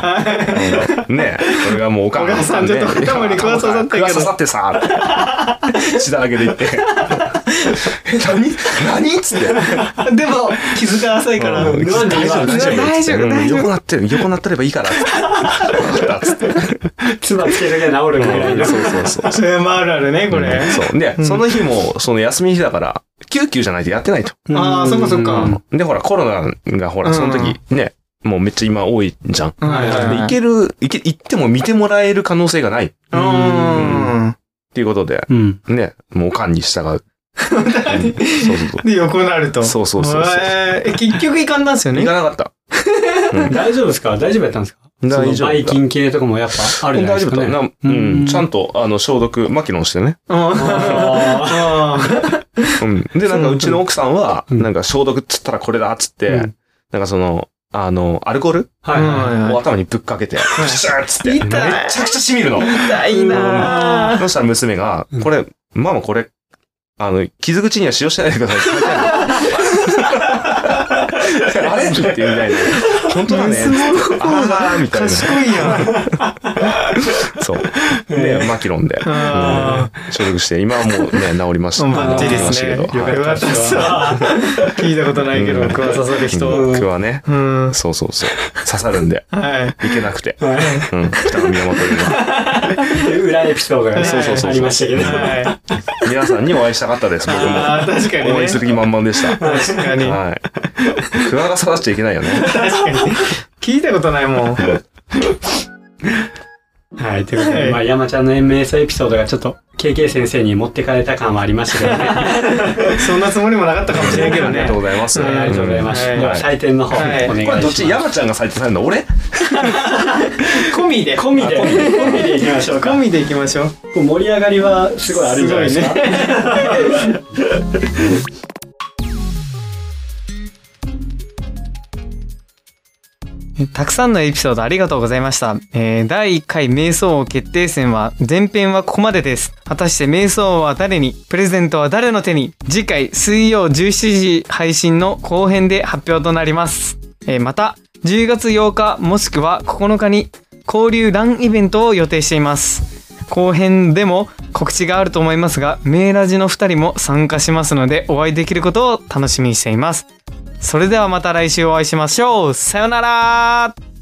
S3: うんね、それがもうおかん
S1: お母さんちょっと頭にクワ刺さってるけど
S3: クワ刺さってさ、血だらけで言って。え何何っつって。
S1: でも、傷が浅いから。
S3: うん
S2: なんで
S3: 大丈夫、
S1: 大丈夫
S3: 大丈
S1: 大丈
S3: 夫。
S1: 夫
S3: うん
S1: 大丈夫
S3: 横なってる、横なってればいいからっつって。わかったっつって。
S2: 唾つけるだけで治るみたいな。
S3: そうそうそう。
S1: テーマあるあるね、これ。
S3: そう。で、その日も、その休み日だから、救急じゃないとやってないと。
S1: ああ、そっかそっか。
S3: で、ほら、コロナが、ほら、その時、ね、もうめっちゃ今多いじゃん。
S1: はいはいはい
S3: で行ける、行け、行っても見てもらえる可能性がないっ
S1: うーん。
S3: ていうことで、
S2: うん。
S3: ね、もうおかん に従う。うんそうそうそう。
S1: で、横になると。
S3: そうそうそうそう
S1: えーえ、結局行かんだんすよ
S3: 行
S1: ね。
S3: かなかった。
S2: 大丈夫ですか大丈夫やったんですか
S3: 大丈夫だ
S2: バイキン系とかもやっぱあるじゃない
S3: 大
S2: で
S3: 丈
S2: すか、
S3: 夫
S2: ね。
S3: だった。な
S2: う
S3: うんん。ちゃんと、あの、消毒、マキロンしてね。
S1: うん。
S2: あ
S1: うん
S3: うん。で、なんか、うちの奥さんは、
S2: うん
S3: なんか、消毒っつったらこれだっつっ
S2: う
S3: て
S2: ん、
S3: なんかその、あの、アルコール
S2: ーはいはい。
S1: うん
S3: を頭にぶっかけて、プシャーっつって、め
S1: 痛い
S3: ちゃくちゃ染みるの。
S1: 痛いなぁ。
S3: そしたら娘が、これ、ママこれ、あの、傷口には使用してないでください。 あれって言ってみたいな。本当だね。ああ、みたいな。
S1: 賢いやん。
S3: そう。で、マキロンで、
S1: あ
S3: 消毒して、今はもうね、治りまし
S1: ー
S3: た。
S1: バッチリで
S3: 治
S1: すね。
S3: り
S1: よ
S3: ましたけどはい
S1: かったっすわ。聞いたことないけど、食わさせる人。
S3: うん僕はね、
S1: うん。
S3: そうそうそう。刺さるんで、
S1: はい。
S3: いけなくて。
S2: はい
S3: うん。北の源には。
S2: っていう裏エピソードがね
S3: そうそうそうそう
S2: ありましたけど。
S1: はい。
S3: 皆さんにお会いしたかったです、僕も。
S1: ああ、確かに
S3: 応
S1: ね
S3: 援す。る気満々でした。
S1: 確かに。
S3: はい。クワが刺さっちゃいけないよね。
S1: 確かに。聞いたことないもん。
S2: はい、ということ
S1: は
S2: で、
S1: い
S2: まあ、山ちゃんの延命エピソードがちょっと、KK 先生に持ってかれた感はありましたけどね。はい
S1: そんなつもりもなかったかもしれんけど
S3: ありが
S1: ね
S3: とう。ございます。
S2: ありがとうございま
S1: は
S2: す。
S1: い
S2: では、採点の方、お
S1: はい
S2: 願いし
S3: こ
S2: ま
S3: れ
S2: す。
S3: どっち山ちゃんが採点されるの俺
S1: 込みで。
S2: 込みで、込みでいきましょうか。
S1: 込みでいきましょう。
S2: こう盛り上がりはすごいあるんじゃないですか。
S1: すごいねたくさんのエピソードありがとうございました。えー第1回瞑想王決定戦は前編はここまでです。果たして瞑想王は誰にプレゼントは誰の手に次回水曜17時配信の後編で発表となります。えーまた、10月8日もしくは9日に交流 LAN イベントを予定しています。後編でも告知があると思いますが、メーラジの2人も参加しますのでお会いできることを楽しみにしています。それではまた来週お会いしましょう。さよなら